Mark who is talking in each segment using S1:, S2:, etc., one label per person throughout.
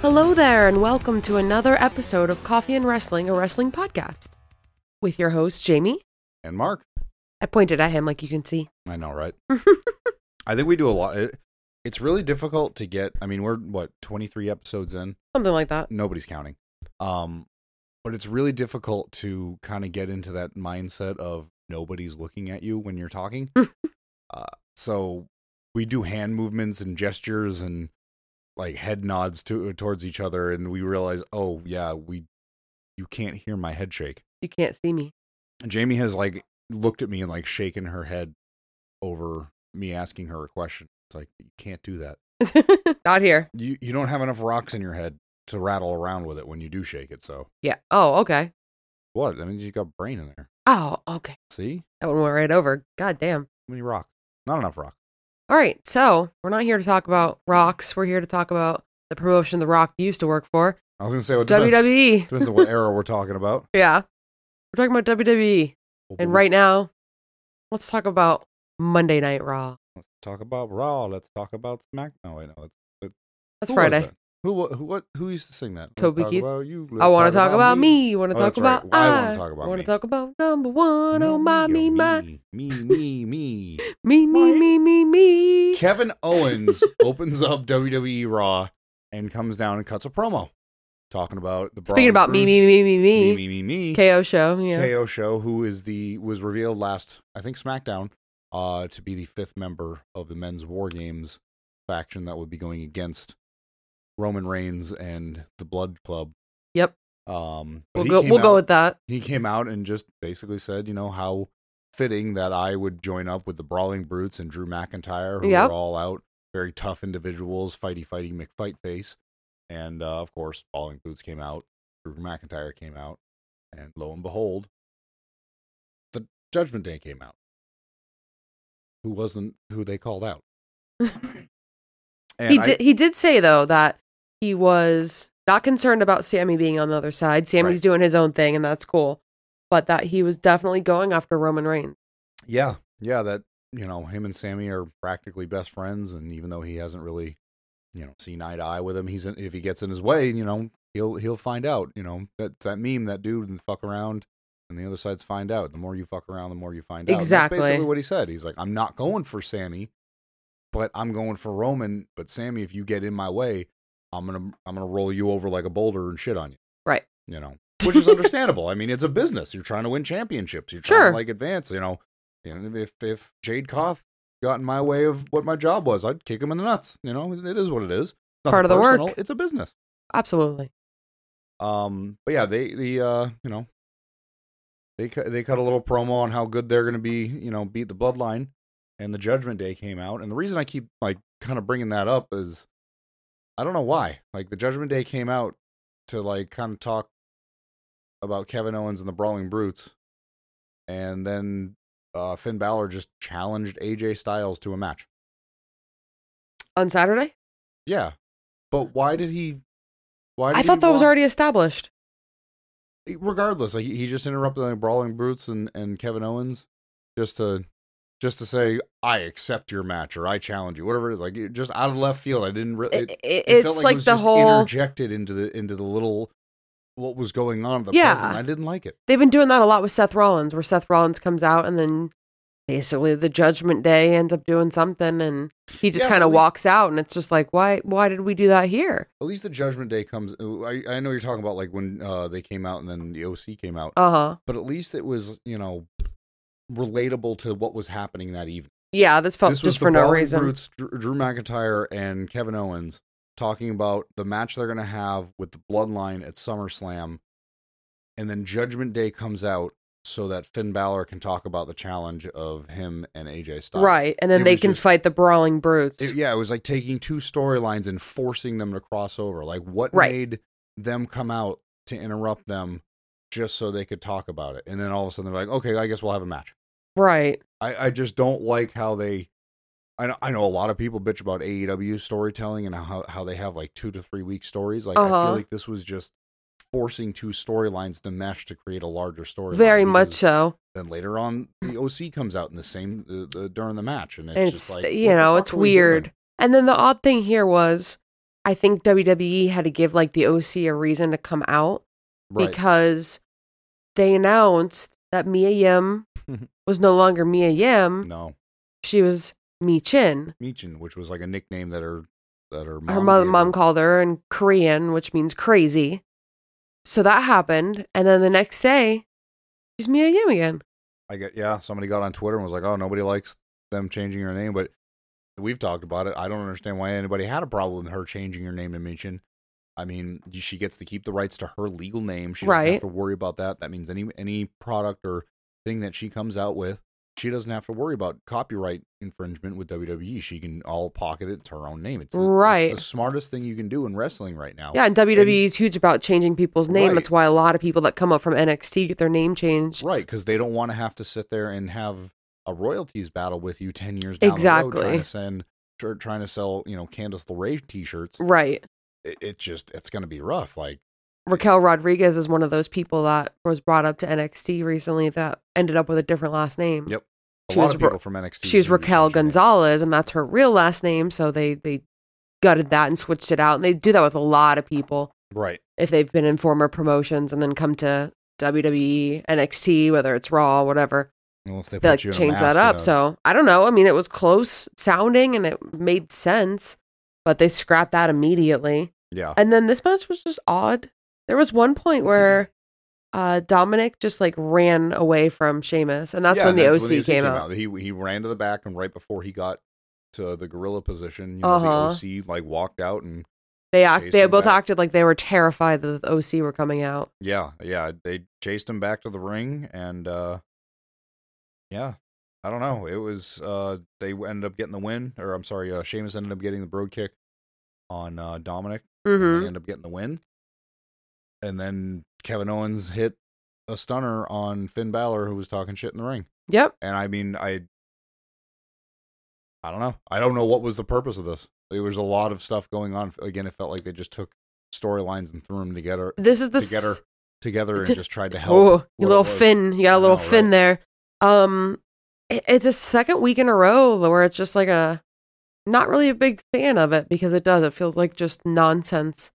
S1: Hello there, and welcome to another episode of Coffee and Wrestling, a wrestling podcast, with your host, Jamie.
S2: And Mark,
S1: I pointed at him like you can see.
S2: I know, right? I think we do a lot. It, it's really difficult to get. I mean, we're what twenty three episodes in.
S1: Something like that.
S2: Nobody's counting. Um, but it's really difficult to kind of get into that mindset of nobody's looking at you when you're talking. uh, so we do hand movements and gestures and like head nods to towards each other, and we realize, oh yeah, we you can't hear my head shake.
S1: You can't see me.
S2: And Jamie has like looked at me and like shaken her head over me asking her a question. It's like you can't do that.
S1: Not here.
S2: You you don't have enough rocks in your head to rattle around with it when you do shake it. So
S1: Yeah. Oh, okay.
S2: what? I mean, you got brain in there.
S1: Oh, okay.
S2: See
S1: That one went right over. God damn.
S2: how many rocks? Not enough rock.
S1: All right. So we're not here to talk about rocks. We're here to talk about the promotion The Rock used to work for
S2: I was gonna say what depends,
S1: WWE.
S2: depends on what era we're talking about.
S1: Yeah. We're talking about WWE.
S2: Mm-hmm.
S1: And right now, let's talk about Monday Night Raw.
S2: let's talk about Raw. Let's talk about Smack. No, wait, no, that's
S1: That's
S2: who was
S1: Friday.
S2: that? Who wa- who what who used to sing that? Let's
S1: Toby
S2: talk
S1: Keith.
S2: about you.
S1: I
S2: Let's
S1: want to talk about me. You want to
S2: Oh,
S1: talk
S2: that's right.
S1: about
S2: I wanna talk about
S1: I want
S2: me.
S1: to talk about number one. Oh, my, me, my,
S2: me, me, me, me.
S1: me, me,
S2: What?
S1: me, me, me.
S2: Kevin Owens opens up WWE Raw and comes down and cuts a promo talking about the
S1: Speaking about me, me, me, me,
S2: me
S1: me,
S2: me me me
S1: KO show. Yeah.
S2: KO show who is the was revealed last I think SmackDown uh to be the fifth member of the men's war games faction that would be going against Roman Reigns and the Blood Club.
S1: Yep.
S2: Um but
S1: We'll
S2: he
S1: go.
S2: came
S1: We'll
S2: out-
S1: go with that.
S2: he came out and just basically said, you know, how fitting that I would join up with the Brawling Brutes and Drew McIntyre, who
S1: Yep.
S2: are all out, very tough individuals, fighty, fighty, McFightface. And uh, of course, Brawling Brutes came out, Drew McIntyre came out, and lo and behold, the Judgment Day came out. Who wasn't who they called out? And
S1: He
S2: I-
S1: did. He did say though that he was not concerned about Sammy being on the other side. Sammy's
S2: Right.
S1: doing his own thing, and that's cool. But that he was definitely going after Roman Reigns.
S2: Yeah, yeah, that you know, him and Sammy are practically best friends, and even though he hasn't really, you know, seen eye to eye with him, he's in, if he gets in his way, you know, he'll he'll find out. You know, that that meme, that dude, and fuck around, and the other side's find out. The more you fuck around, the more you find out. And
S1: Exactly.
S2: That's basically what he said. He's like, I'm not going for Sammy, but I'm going for Roman. But Sammy, if you get in my way, I'm gonna I'm gonna roll you over like a boulder and shit on you.
S1: Right.
S2: You know, which is understandable. I mean, it's a business. You're trying to win championships. You're trying
S1: Sure.
S2: to like advance. You know, you know if if Jade Koth got in my way of what my job was, I'd kick him in the nuts. You know, it is what it is. Nothing
S1: Part of the work.
S2: personal. It's a business.
S1: Absolutely.
S2: Um, but yeah, they the uh, you know, they cu- they cut a little promo on how good they're going to be. You know, beat the Bloodline, and the Judgment Day came out. And the reason I keep like kind of bringing that up is, I don't know why. Like the Judgment Day came out to like kind of talk about Kevin Owens and the Brawling Brutes, and then uh, Finn Balor just challenged AJ Styles to a match.
S1: On Saturday,
S2: Yeah, but why did he? Why did
S1: I
S2: he
S1: thought that was
S2: walk-
S1: already established.
S2: regardless, like he he just interrupted like Brawling Brutes and, and Kevin Owens just to just to say I accept your match or I challenge you, whatever it is. Like it- just out of left field, I didn't really.
S1: It- it-
S2: it felt
S1: it's
S2: it
S1: like
S2: was
S1: the
S2: just
S1: whole.
S2: interjected into the into the little what was going on. at The
S1: Yeah.
S2: present. I didn't like it.
S1: They've been doing that a lot with Seth Rollins, where Seth Rollins comes out and then basically the Judgment Day ends up doing something, and he just
S2: Yeah,
S1: kind
S2: but
S1: of
S2: we-
S1: walks out, and it's just like, why? Why did we do that here?
S2: At least the Judgment Day comes. uh, I I know you're talking about like when uh, they came out and then the OC came out,
S1: Uh huh.
S2: but at least it was you know relatable to what was happening that evening.
S1: Yeah, this felt
S2: this was
S1: just
S2: the
S1: for no
S2: Brawling
S1: reason.
S2: Brutes, Dr- Drew McIntyre and Kevin Owens talking about the match they're going to have with the Bloodline at SummerSlam, and then Judgment Day comes out so that Finn Balor can talk about the challenge of him and AJ Styles.
S1: Right, and then
S2: It
S1: they
S2: was
S1: can
S2: just-
S1: fight the brawling brutes.
S2: It- yeah, it was like taking two storylines and forcing them to cross over. Like what
S1: Right.
S2: made them come out to interrupt them just so they could talk about it, and then all of a sudden they're like, okay, I guess we'll have a match.
S1: right.
S2: I, I just don't like how they. I know, I know a lot of people bitch about AEW storytelling and how how they have like two to three week stories. Like I
S1: Uh-huh.
S2: feel like this was just forcing two storylines to mesh to create a larger story.
S1: Very much so.
S2: Then later on, the OC comes out in the same uh, the, during the match, and it's,
S1: and
S2: just
S1: it's
S2: like
S1: you
S2: what the
S1: know
S2: fuck
S1: it's
S2: are we doing?
S1: weird and then the odd thing here was I think WWE had to give like the OC a reason to come out
S2: Right.
S1: because they announced that Mia Yim was no longer Mia Yim.
S2: no.
S1: She was Mi Chin.
S2: Meechin, which was like a nickname that her that her mom
S1: her mom,
S2: gave
S1: mom called her in Korean, which means crazy. So that happened. And then the next day, she's Mia Yim again.
S2: I get yeah. Somebody got on Twitter and was like, "Oh, nobody likes them changing her name," but we've talked about it. I don't understand why anybody had a problem with her changing her name to Minchin. I mean, she gets to keep the rights to her legal name. She doesn't
S1: Right.
S2: have to worry about that. That means any any product or thing that she comes out with, she doesn't have to worry about copyright infringement with WWE. She can all pocket it. It's her own name. It's the, it's
S1: Right.
S2: the smartest thing you can do in wrestling right now.
S1: Yeah, and WWE is huge about changing people's name.
S2: Right.
S1: That's why a lot of people that come up from NXT get their name changed.
S2: Right, because they don't want to have to sit there and have a royalties battle with you ten years down the road
S1: Exactly.
S2: trying to send tr- trying to sell you know Candice LeRae T-shirts.
S1: Right.
S2: It, it just it's going to be rough. Like
S1: Raquel Rodriguez is one of those people that was brought up to NXT recently that ended up with a different last name.
S2: Yep. a
S1: She
S2: lot
S1: was
S2: of people
S1: Ra-
S2: from NXT.
S1: She's
S2: do change their
S1: Raquel
S2: name.
S1: Gonzalez, and that's her real last name. So they they gutted that and switched it out. And they do that with a lot of people
S2: Right.
S1: if they've been in former promotions and then come to E, WWE, NXT, whether it's Raw, whatever.
S2: Unless they,
S1: They
S2: put
S1: like
S2: you in a
S1: change
S2: mask
S1: that up.
S2: and a-
S1: So I don't know. I mean, it was close sounding and it made sense, but they scrapped that immediately.
S2: yeah,
S1: And then this match was just odd. There was one
S2: Mm-hmm.
S1: point where uh, Dominic just like ran away from Sheamus, and that's
S2: Yeah,
S1: when
S2: and
S1: the
S2: that's
S1: OC came, out.
S2: He he ran to the back and right before he got to the gorilla position, you know,
S1: Uh-huh.
S2: the OC like walked out and
S1: They act,
S2: Chased
S1: they
S2: him
S1: both
S2: back.
S1: acted like they were terrified that the OC were coming out.
S2: Yeah, yeah. They chased him back to the ring and uh yeah. I don't know. It was uh they ended up getting the win, or I'm sorry, uh Sheamus ended up getting the broad kick on uh Dominic. and
S1: hmm
S2: they ended up getting the win. And then Kevin Owens hit a stunner on Finn Balor who was talking shit in the ring.
S1: Yep.
S2: And I mean I I don't know. I don't know what was the purpose of this. There was a lot of stuff going on. Again, it felt like they just took storylines and threw them together
S1: This is the
S2: to get her
S1: s-
S2: together and
S1: to-
S2: just tried to help.
S1: Oh,
S2: what
S1: you
S2: it
S1: little
S2: was.
S1: fin. You got a
S2: I
S1: little
S2: know,
S1: fin
S2: right?
S1: there. Um, it, it's a second week in a row where it's just like a not really a big fan of it because it does. It feels like just nonsense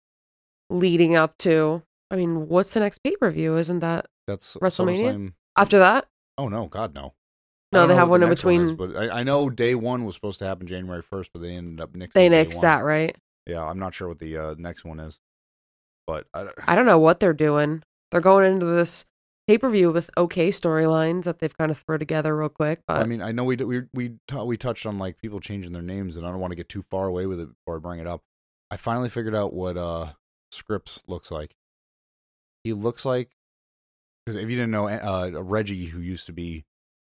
S1: leading up to. I mean, what's the next pay per view? Isn't that
S2: That's
S1: WrestleMania?
S2: SummerSlam.
S1: after that?
S2: Oh no, God no. I
S1: No,
S2: don't
S1: they
S2: know
S1: have
S2: what the
S1: one in
S2: next is,
S1: between.
S2: but I, I know day one was supposed to happen January first, but they ended up nixing.
S1: They
S2: day
S1: next
S2: one.
S1: that, right?
S2: Yeah, I'm not sure what the uh, next one is, but I,
S1: I don't know what they're doing. They're going into this pay per view with okay storylines that they've kind of throw together real quick. But
S2: I mean, uh, I know we d- we we t- we touched on like people changing their names, and I don't want to get too far away with it before I bring it up. I finally figured out what uh Scripps looks like. He looks like because if you didn't know, uh, Reggie, who used to be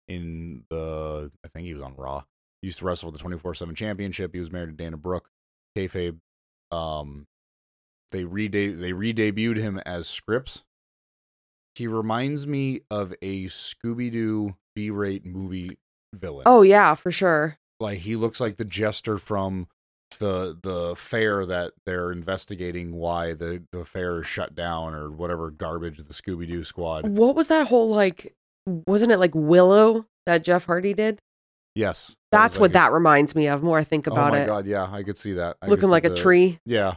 S2: in the, I think he was on Raw, used to wrestle for the twenty four seven championship. He was married to Dana Brooke, kayfabe. Um, they re they re debuted him as Scripps. He reminds me of a Scooby Doo B rate movie villain.
S1: oh yeah, for sure.
S2: like he looks like the jester from the the fair that they're investigating why the the fair is shut down or whatever garbage the Scooby Doo squad.
S1: What was that whole like? Wasn't it like Willow that Jeff Hardy did?
S2: Yes, that was
S1: That's what
S2: like
S1: that reminds me of. More I think
S2: a-
S1: about
S2: oh my
S1: it,
S2: god, yeah, I could see that. I could
S1: looking
S2: see
S1: like a
S2: the-
S1: tree.
S2: Yeah,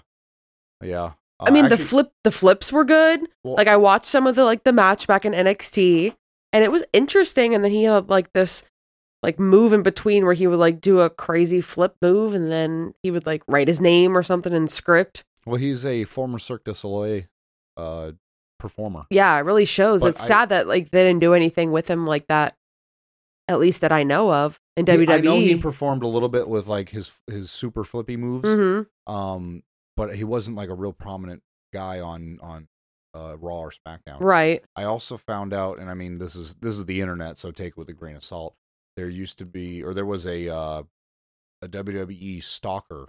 S2: yeah.
S1: I
S2: Uh,
S1: mean, the
S2: actually-
S1: flip the flips were good.
S2: well,
S1: Like I watched some of the like the match back in NXT, and it was interesting. And then he had like this like move in between where he would like do a crazy flip move, and then he would like write his name or something in script.
S2: Well, he's a former Cirque du Soleil uh, performer.
S1: Yeah, it really shows.
S2: But
S1: it's
S2: I-
S1: sad that like they didn't do anything with him like that, at least that I know of in E. WWE.
S2: I know he performed a little bit with like his his super flippy moves,
S1: hmm
S2: um, but he wasn't like a real prominent guy on on uh, Raw or SmackDown.
S1: Right.
S2: I also found out, and I mean this is this is the internet, so take it with a grain of salt. There used to be, or there was a uh, a WWE stalker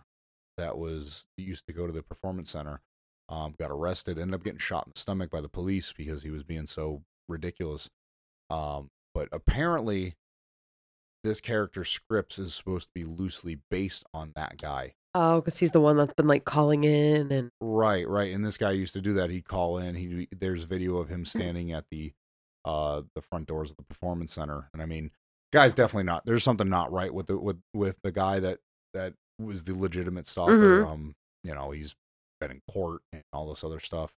S2: that was used to go to the performance center. Um, got arrested, ended up getting shot in the stomach by the police because he was being so ridiculous. Um, but apparently, this character Scripps is supposed to be loosely based on that guy.
S1: Oh, because he's the one that's been like calling in and
S2: Right, right. And this guy used to do that. He'd call in. He there's video of him standing at the uh the front doors of the performance center. And I mean, guy's definitely not. There's something not right with the with with the guy that that was the legitimate stalker.
S1: Mhm.
S2: Um, you know he's been in court and all this other stuff.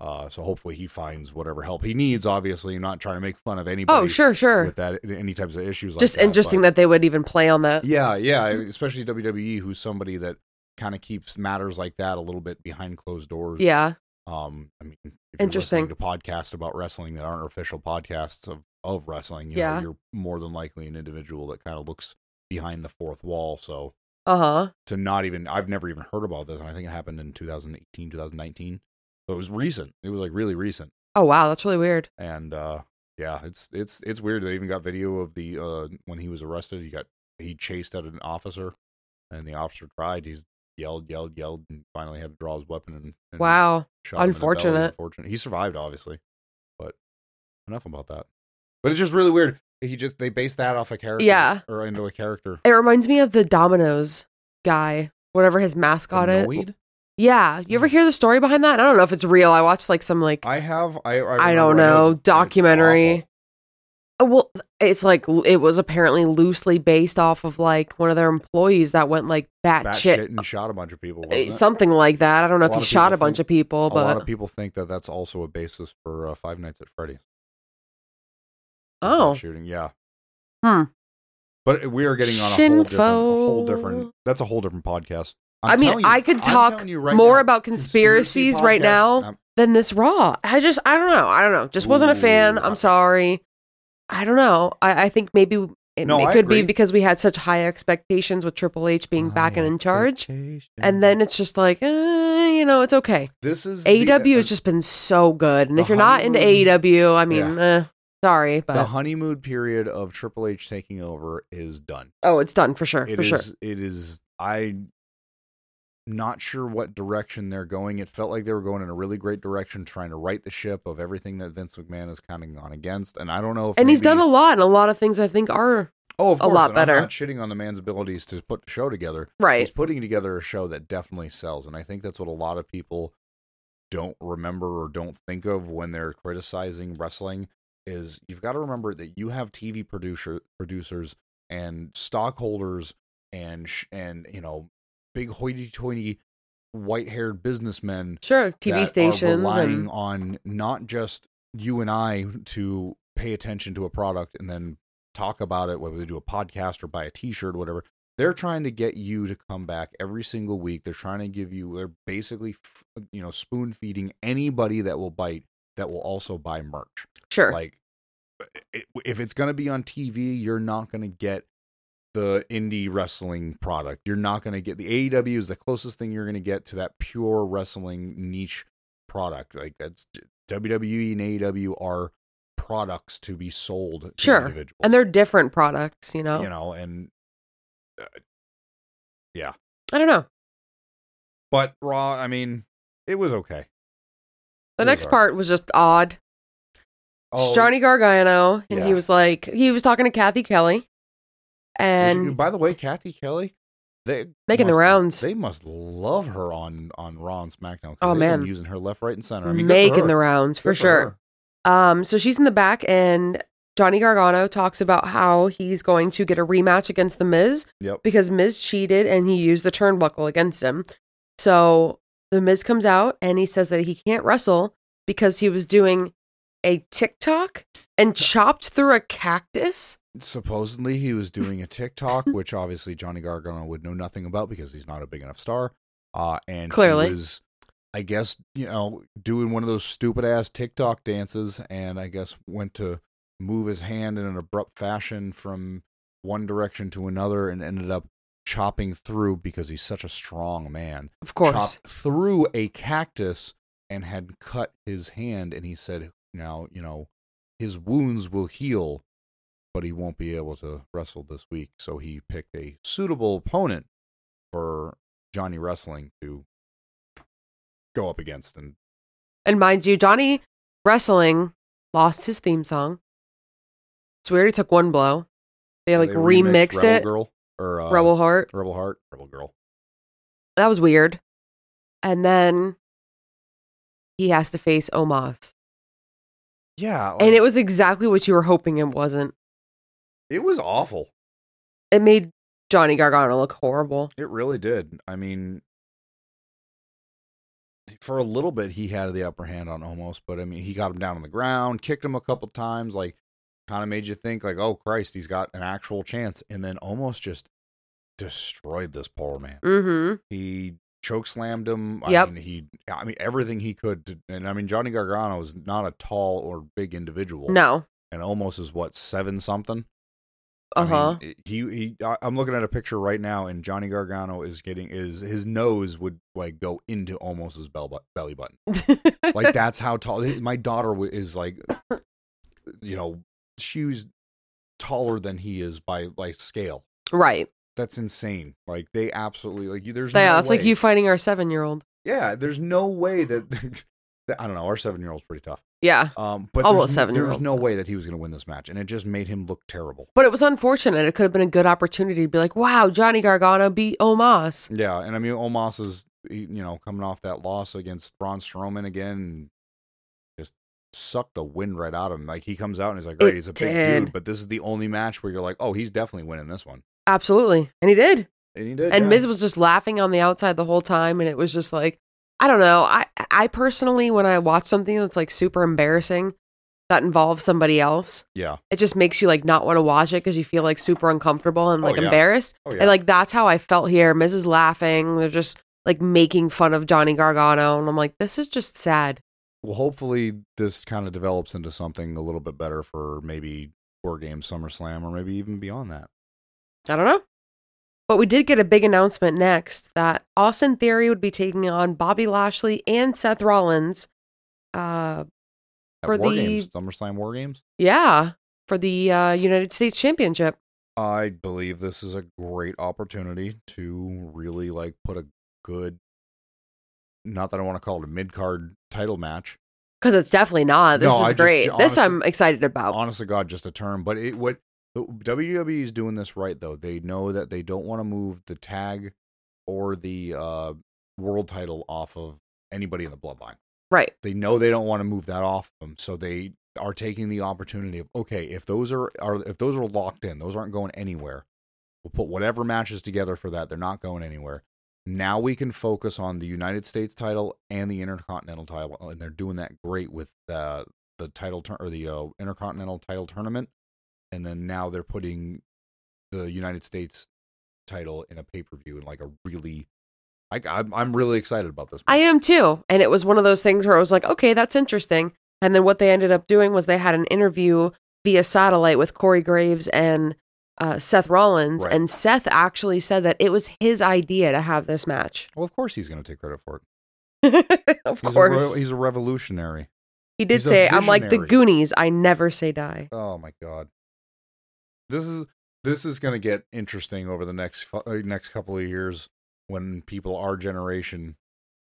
S2: Uh, so hopefully he finds whatever help he needs. Obviously, I'm not trying to make fun of anybody.
S1: Oh, sure, sure.
S2: With that, any types of issues. Like
S1: Just
S2: that,
S1: interesting
S2: but-
S1: that Mm-hmm. they would even play on that.
S2: yeah, yeah, especially WWE, who's somebody that kind of keeps matters like that a little bit behind closed doors.
S1: Yeah.
S2: Um, I mean, if you're
S1: Interesting.
S2: listening to podcasts about wrestling that aren't official podcasts of, of wrestling, you know,
S1: Yeah.
S2: you're more than likely an individual that kind of looks behind the fourth wall. So
S1: Uh huh.
S2: to not even, I've never even heard about this, and I think it happened in 2018, 2019. So it was recent. It was like really recent,
S1: Oh wow, that's really weird.
S2: and uh, yeah, it's it's it's weird. They even got video of the uh when he was arrested. He got he chased at an officer, and the officer tried. He's yelled, yelled, yelled, and finally had to draw his weapon and, and
S1: Wow.
S2: shot him in the belly,
S1: Unfortunate.
S2: unfortunate. He survived, obviously, but enough about that. But it's just really weird. He just they based that off a character,
S1: Yeah.
S2: or into a character.
S1: It reminds me of the Domino's guy, whatever his mascot is.
S2: Annoyed?
S1: Yeah. You ever hear the story behind that? I don't know if it's real. I watched like some like
S2: I have. I
S1: I,
S2: I,
S1: don't
S2: remember
S1: know
S2: it was- it's
S1: documentary.
S2: awful.
S1: Uh, Well, it's like l- it was apparently loosely based off of like one of their employees that went like
S2: Bat
S1: batshit,
S2: shit and shot a bunch of people.
S1: uh,
S2: wasn't it?
S1: something like that. I don't know
S2: A
S1: if
S2: lot
S1: he
S2: of
S1: shot
S2: people
S1: a bunch
S2: think-
S1: of people,
S2: a lot of
S1: but
S2: people think that that's also a basis for uh, Five Nights at Freddy's. Is that
S1: oh,
S2: shooting, yeah.
S1: Hmm.
S2: But we are getting on a whole, different, a whole different. That's a whole different podcast. I'm
S1: I mean,
S2: telling you-
S1: I could
S2: I'm
S1: talk
S2: telling you right
S1: more
S2: now,
S1: about
S2: conspiracy
S1: conspiracies right
S2: podcast-
S1: now
S2: I'm-
S1: than this Raw. I just, I don't know. I don't know. Just wasn't a fan.
S2: Ooh.
S1: I'm sorry. I don't know. I, I think maybe it,
S2: No,
S1: it
S2: I
S1: could
S2: agree.
S1: be because we had such high expectations with Triple H being back and in charge. And then it's just like, uh, you know, it's okay.
S2: this is the- uh,
S1: AEW E has just been so good. And
S2: the
S1: if you're not into
S2: honeymoon-
S1: AEW, I mean, eh, sorry,
S2: the
S1: but
S2: honeymoon period of Triple H taking over is done.
S1: oh, it's done for sure,
S2: It
S1: for
S2: is.
S1: sure.
S2: It is. I not sure what direction they're going. It felt like they were going in a really great direction, trying to right the ship of everything that Vince McMahon is counting on against. And I don't know if
S1: And he's
S2: maybe-
S1: done a lot, and a lot of things I think are
S2: oh, of
S1: a
S2: course,
S1: lot
S2: and I'm
S1: better.
S2: not shitting on the man's abilities to put the show together. He's
S1: right.
S2: putting together a show that definitely sells, and I think that's what a lot of people don't remember or don't think of when they're criticizing wrestling. Is you've got to remember that you have TV producer producers and stockholders and sh- and you know big hoity-toity white-haired businessmen
S1: Sure, TV
S2: that are
S1: stations
S2: relying
S1: and
S2: on not just you and I to pay attention to a product and then talk about it, whether they do a podcast or buy a T-shirt, whatever. They're trying to get you to come back every single week. They're trying to give you. They're basically, f- you know, spoon feeding anybody that will bite that will also buy merch.
S1: sure,
S2: Like, i- if it's going to be on TV, you're not going to get the indie wrestling product. You're not going to get the AEW is the closest thing you're going to get to that pure wrestling niche product. Like that's WWE E and AEW are products to be sold to
S1: Sure.
S2: individuals.
S1: and they're different products, you know.
S2: you know, and
S1: I don't know.
S2: but Raw, I mean, it was okay.
S1: The
S2: It was
S1: next
S2: all right.
S1: part was just odd.
S2: Oh,
S1: It's Johnny Gargano, and
S2: Yeah.
S1: he was like, he was talking to Kathy Kelly,
S2: Did
S1: and
S2: you- by the way, Kathy Kelly, they
S1: Making the
S2: must-
S1: rounds.
S2: They must love her on on Raw and SmackDown. 'cause
S1: Oh,
S2: they've been
S1: man.
S2: using her left, right, and center. I mean,
S1: making the rounds for sure.
S2: Her.
S1: Um, so she's in the back, and Johnny Gargano talks about how he's going to get a rematch against The Miz
S2: Yep.
S1: because Miz cheated and he used the turnbuckle against him. So The Miz comes out and he says that he can't wrestle because he was doing a TikTok and chopped through a cactus.
S2: Supposedly, he was doing a TikTok, which obviously Johnny Gargano would know nothing about because he's not a big enough star. Uh, and he
S1: Clearly.
S2: was, I guess you know, doing one of those stupid ass TikTok dances, and I guess went to move his hand in an abrupt fashion from one direction to another, and ended up chopping through because he's such a strong man.
S1: Of course.
S2: chopped through a cactus and had cut his hand and he said now you know his wounds will heal but he won't be able to wrestle this week so he picked a suitable opponent for johnny wrestling to go up against and
S1: And mind you, Johnny Wrestling lost his theme song. It's weird. He took one blow. They like
S2: they
S1: remixed,
S2: Rebel
S1: it.
S2: girl or uh,
S1: Rebel Heart.
S2: rebel heart rebel girl
S1: That was weird. And then he has to face Omos.
S2: Oh, yeah
S1: and it was exactly what you were hoping it wasn't.
S2: it was awful
S1: It made Johnny Gargano look horrible.
S2: It really did. I mean, for a little bit he had the upper hand on almost, but I mean he got him down on the ground, kicked him a couple times, like kind of made you think like, oh Christ, he's got an actual chance, and then almost just destroyed this poor man.
S1: Mm-hmm.
S2: He choke slammed him. I
S1: Yep.
S2: mean he I mean everything he could to, and I mean Johnny Gargano is not a tall or big individual.
S1: No.
S2: And almost is what, seven something? I
S1: Uh
S2: mean,
S1: huh.
S2: it- he he. I- I'm looking at a picture right now, and Johnny Gargano is getting is his nose would like go into almost his bell bu- belly button. Like that's how tall. My daughter wa- is like, you know, she's taller than he is by like scale.
S1: right.
S2: That's insane. Like they absolutely like you. There's
S1: Yeah,
S2: no
S1: it's
S2: way.
S1: like you fighting our seven year old.
S2: Yeah, there's no way that. that- I don't know. Our seven year old's pretty tough.
S1: Yeah.
S2: Um, but
S1: Oh, well,
S2: there's, n-
S1: seven-year-old.
S2: there's no way that he was going to win this match, and it just made him look terrible.
S1: But it was unfortunate. It could have been a good opportunity to be like, wow, Johnny Gargano beat Omos.
S2: Yeah, and I mean Omos is he- you know coming off that loss against Braun Strowman again, just sucked the wind right out of him. Like he comes out and he's like, "Great,
S1: It
S2: he's a big
S1: did.
S2: dude," but this is the only match where you're like, "Oh, he's definitely winning this one,"
S1: Absolutely. And he did.
S2: and he did.
S1: and
S2: yeah.
S1: Miz was just laughing on the outside the whole time, and it was just like, I don't know. I I personally, when I watch something that's like super embarrassing that involves somebody else,
S2: yeah,
S1: it just makes you like not want to watch it because you feel like super uncomfortable and
S2: Oh,
S1: like
S2: yeah.
S1: embarrassed.
S2: oh yeah,
S1: And like that's how I felt here. Miz is laughing. They're just like making fun of Johnny Gargano, and I'm like, this is just sad.
S2: well, hopefully this kind of develops into something a little bit better for maybe War Game SummerSlam or maybe even beyond that.
S1: I don't know. But we did get a big announcement next that Austin Theory would be taking on Bobby Lashley and Seth Rollins. Uh,
S2: At
S1: For
S2: War
S1: the-
S2: Games, SummerSlam War Games.
S1: Yeah, for the uh, United States Championship.
S2: I believe this is a great opportunity to really like put a good not that I want to call it a mid card title match.
S1: Because it's definitely not. This
S2: No,
S1: is
S2: I just-
S1: great. this
S2: honestly-
S1: I'm excited about.
S2: Honest to God, just a term. But it what the WWE E is doing this right though. They know that they don't want to move the tag or the uh world title off of anybody in the bloodline.
S1: right.
S2: They know they don't want to move that off them, so they are taking the opportunity of okay, if those are, are if those are locked in, those aren't going anywhere. We'll put whatever matches together for that. They're not going anywhere. Now we can focus on the United States title and the Intercontinental title, and they're doing that great with uh, the title tur- or the uh, Intercontinental title tournament. And then now they're putting the United States title in a pay per view and like a really, I, I'm I'm really excited about this.
S1: I am too. And it was one of those things where I was like, okay, that's interesting. And then what they ended up doing was they had an interview via satellite with Corey Graves and uh, Seth Rollins.
S2: Right.
S1: And Seth actually said that it was his idea to have this match.
S2: well, of course he's going to take credit for it.
S1: of
S2: He's a re-
S1: course.
S2: he's a revolutionary.
S1: he did
S2: he's a
S1: say, I'm like the
S2: visionary."
S1: Goonies. I never say die.
S2: Oh my god. This is this is going to get interesting over the next fu- uh, next couple of years when people our generation,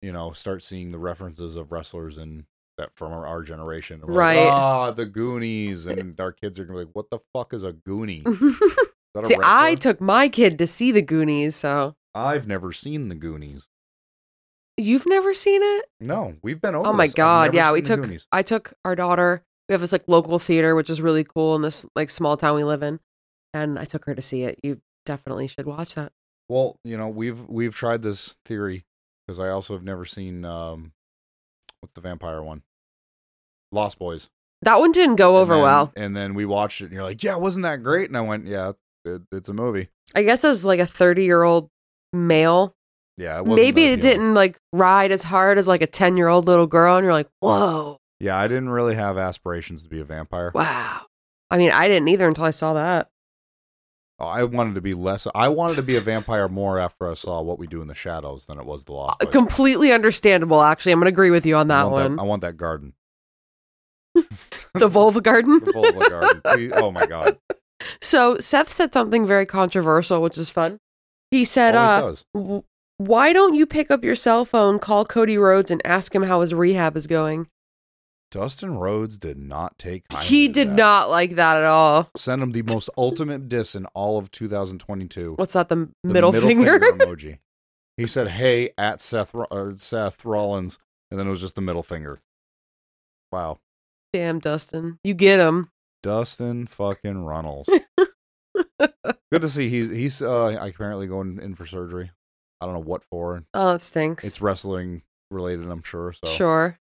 S2: you know, start seeing the references of wrestlers and that from our, our generation. And we're like,
S1: Right.
S2: ah, the Goonies and our kids are going to be like, "What the fuck is a Goonie?" Is that a
S1: Mm, see, I
S2: wrestler?
S1: took my kid to see the Goonies. So
S2: I've never seen the Goonies.
S1: you've never seen it?
S2: No, we've been over
S1: Oh my
S2: this. I've
S1: god,
S2: never
S1: yeah,
S2: seen
S1: we
S2: The
S1: took
S2: Goonies.
S1: I took our daughter. We have this like local theater which is really cool in this like small town we live in. And I took her to see it. You definitely should watch that.
S2: Well, you know, we've we've tried this theory because I also have never seen um, what's the vampire one? Lost Boys.
S1: That one didn't go over
S2: and then,
S1: well.
S2: And then we watched it, and you're like, "Yeah, wasn't that great?" And I went, "Yeah, it, it's a movie."
S1: I guess as like a 30-year-old male,
S2: Yeah, it wasn't
S1: maybe
S2: that
S1: it
S2: appealing.
S1: didn't like ride as hard as like a 10-year-old little girl and you're like, "Whoa.
S2: Yeah, I didn't really have aspirations to be a vampire.
S1: Wow." I mean, I didn't either until I saw that.
S2: Oh, I wanted to be less. I wanted to be a vampire more after I saw What We Do in the Shadows than it was the Lost. Boys.
S1: Completely understandable actually. I'm going to agree with you Uh, on
S2: I
S1: that
S2: want
S1: one.
S2: I want that garden.
S1: the vulva garden.
S2: The Volva garden. Please- Oh my god!
S1: So Seth said something very controversial, which is fun. He said,
S2: Always
S1: uh,
S2: does.
S1: w- "Why don't you pick up your cell phone, call Cody Rhodes, and ask him how his rehab is going?"
S2: Dustin Rhodes did not take. kindly
S1: he
S2: to
S1: did
S2: that.
S1: not like that at all.
S2: Send him the most ultimate diss in all of 2022.
S1: What's that? The, m-
S2: The
S1: middle, finger.
S2: emoji. He said, "Hey, at Seth Ro- or Seth Rollins," and then it was just the middle finger. Wow,
S1: Damn, Dustin, you get him.
S2: Dustin fucking Runnels. Good to see he's he's uh, apparently going in for surgery. I don't know what for.
S1: Oh, that stinks.
S2: It's wrestling related, I'm sure. So
S1: Sure.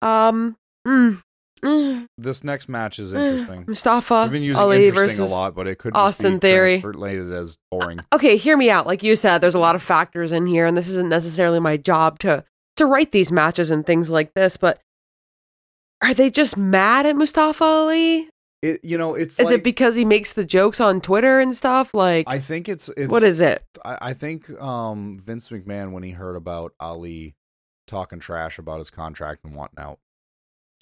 S1: Um. mm, mm,
S2: this next match is
S1: eh,
S2: interesting.
S1: Mustafa
S2: I've been using
S1: Ali
S2: interesting
S1: versus
S2: a lot, but it could
S1: Austin
S2: just be
S1: Theory.
S2: translated as boring.
S1: okay hear me out like you said there's a lot of factors in here and this isn't necessarily my job to to write these matches and things like this but are they just mad at mustafa ali
S2: It you know it's
S1: is
S2: like,
S1: it because he makes the jokes on twitter and stuff like
S2: I think it's it's
S1: what is it
S2: I, I think um Vince McMahon when he heard about Ali talking trash about his contract and wanting out,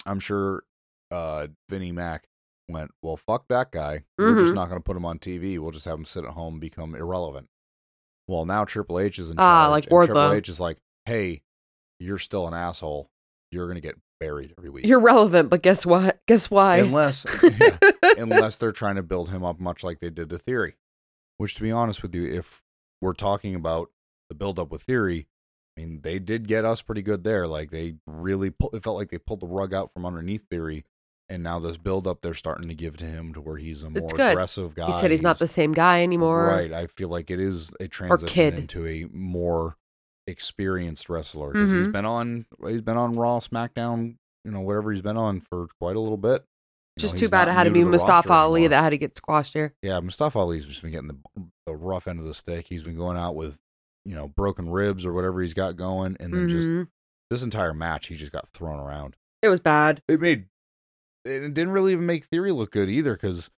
S2: I'm sure uh Vinnie Mac went, Well fuck that guy. We're just
S1: Mhm.
S2: not gonna put him on TV. We'll just have him sit at home and become irrelevant. Well now Triple H is in
S1: Ah,
S2: charge
S1: like
S2: and Triple
S1: Wardlow.
S2: H is like, Hey, you're still an asshole. You're gonna get buried every week.
S1: you're relevant but guess what guess why
S2: unless yeah, unless they're trying to build him up much like they did to Theory. Which, to be honest with you, if we're talking about the build up with Theory, I mean, they did get us pretty good there. Like they really, pull, it felt like they pulled the rug out from underneath Theory, and now this build up they're starting to give to him to where he's a more
S1: It's good.
S2: aggressive guy.
S1: he said he's not the same guy anymore
S2: Right. I feel like it is a transition
S1: kid.
S2: into a more experienced wrestler because he's
S1: Mhm.
S2: been on he's been on Raw, SmackDown, you know, whatever he's been on for quite a little bit. You
S1: just
S2: know,
S1: too
S2: he's
S1: bad
S2: not
S1: it had to
S2: new
S1: be
S2: the
S1: mustafa
S2: roster
S1: ali
S2: anymore.
S1: that had to get squashed here
S2: Yeah, Mustafa Ali's just been getting the the rough end of the stick. He's been going out with you know broken ribs or whatever he's got going, and then just
S1: Mhm.
S2: this entire match he just got thrown around.
S1: it was bad
S2: It made it didn't really even make Theory look good either because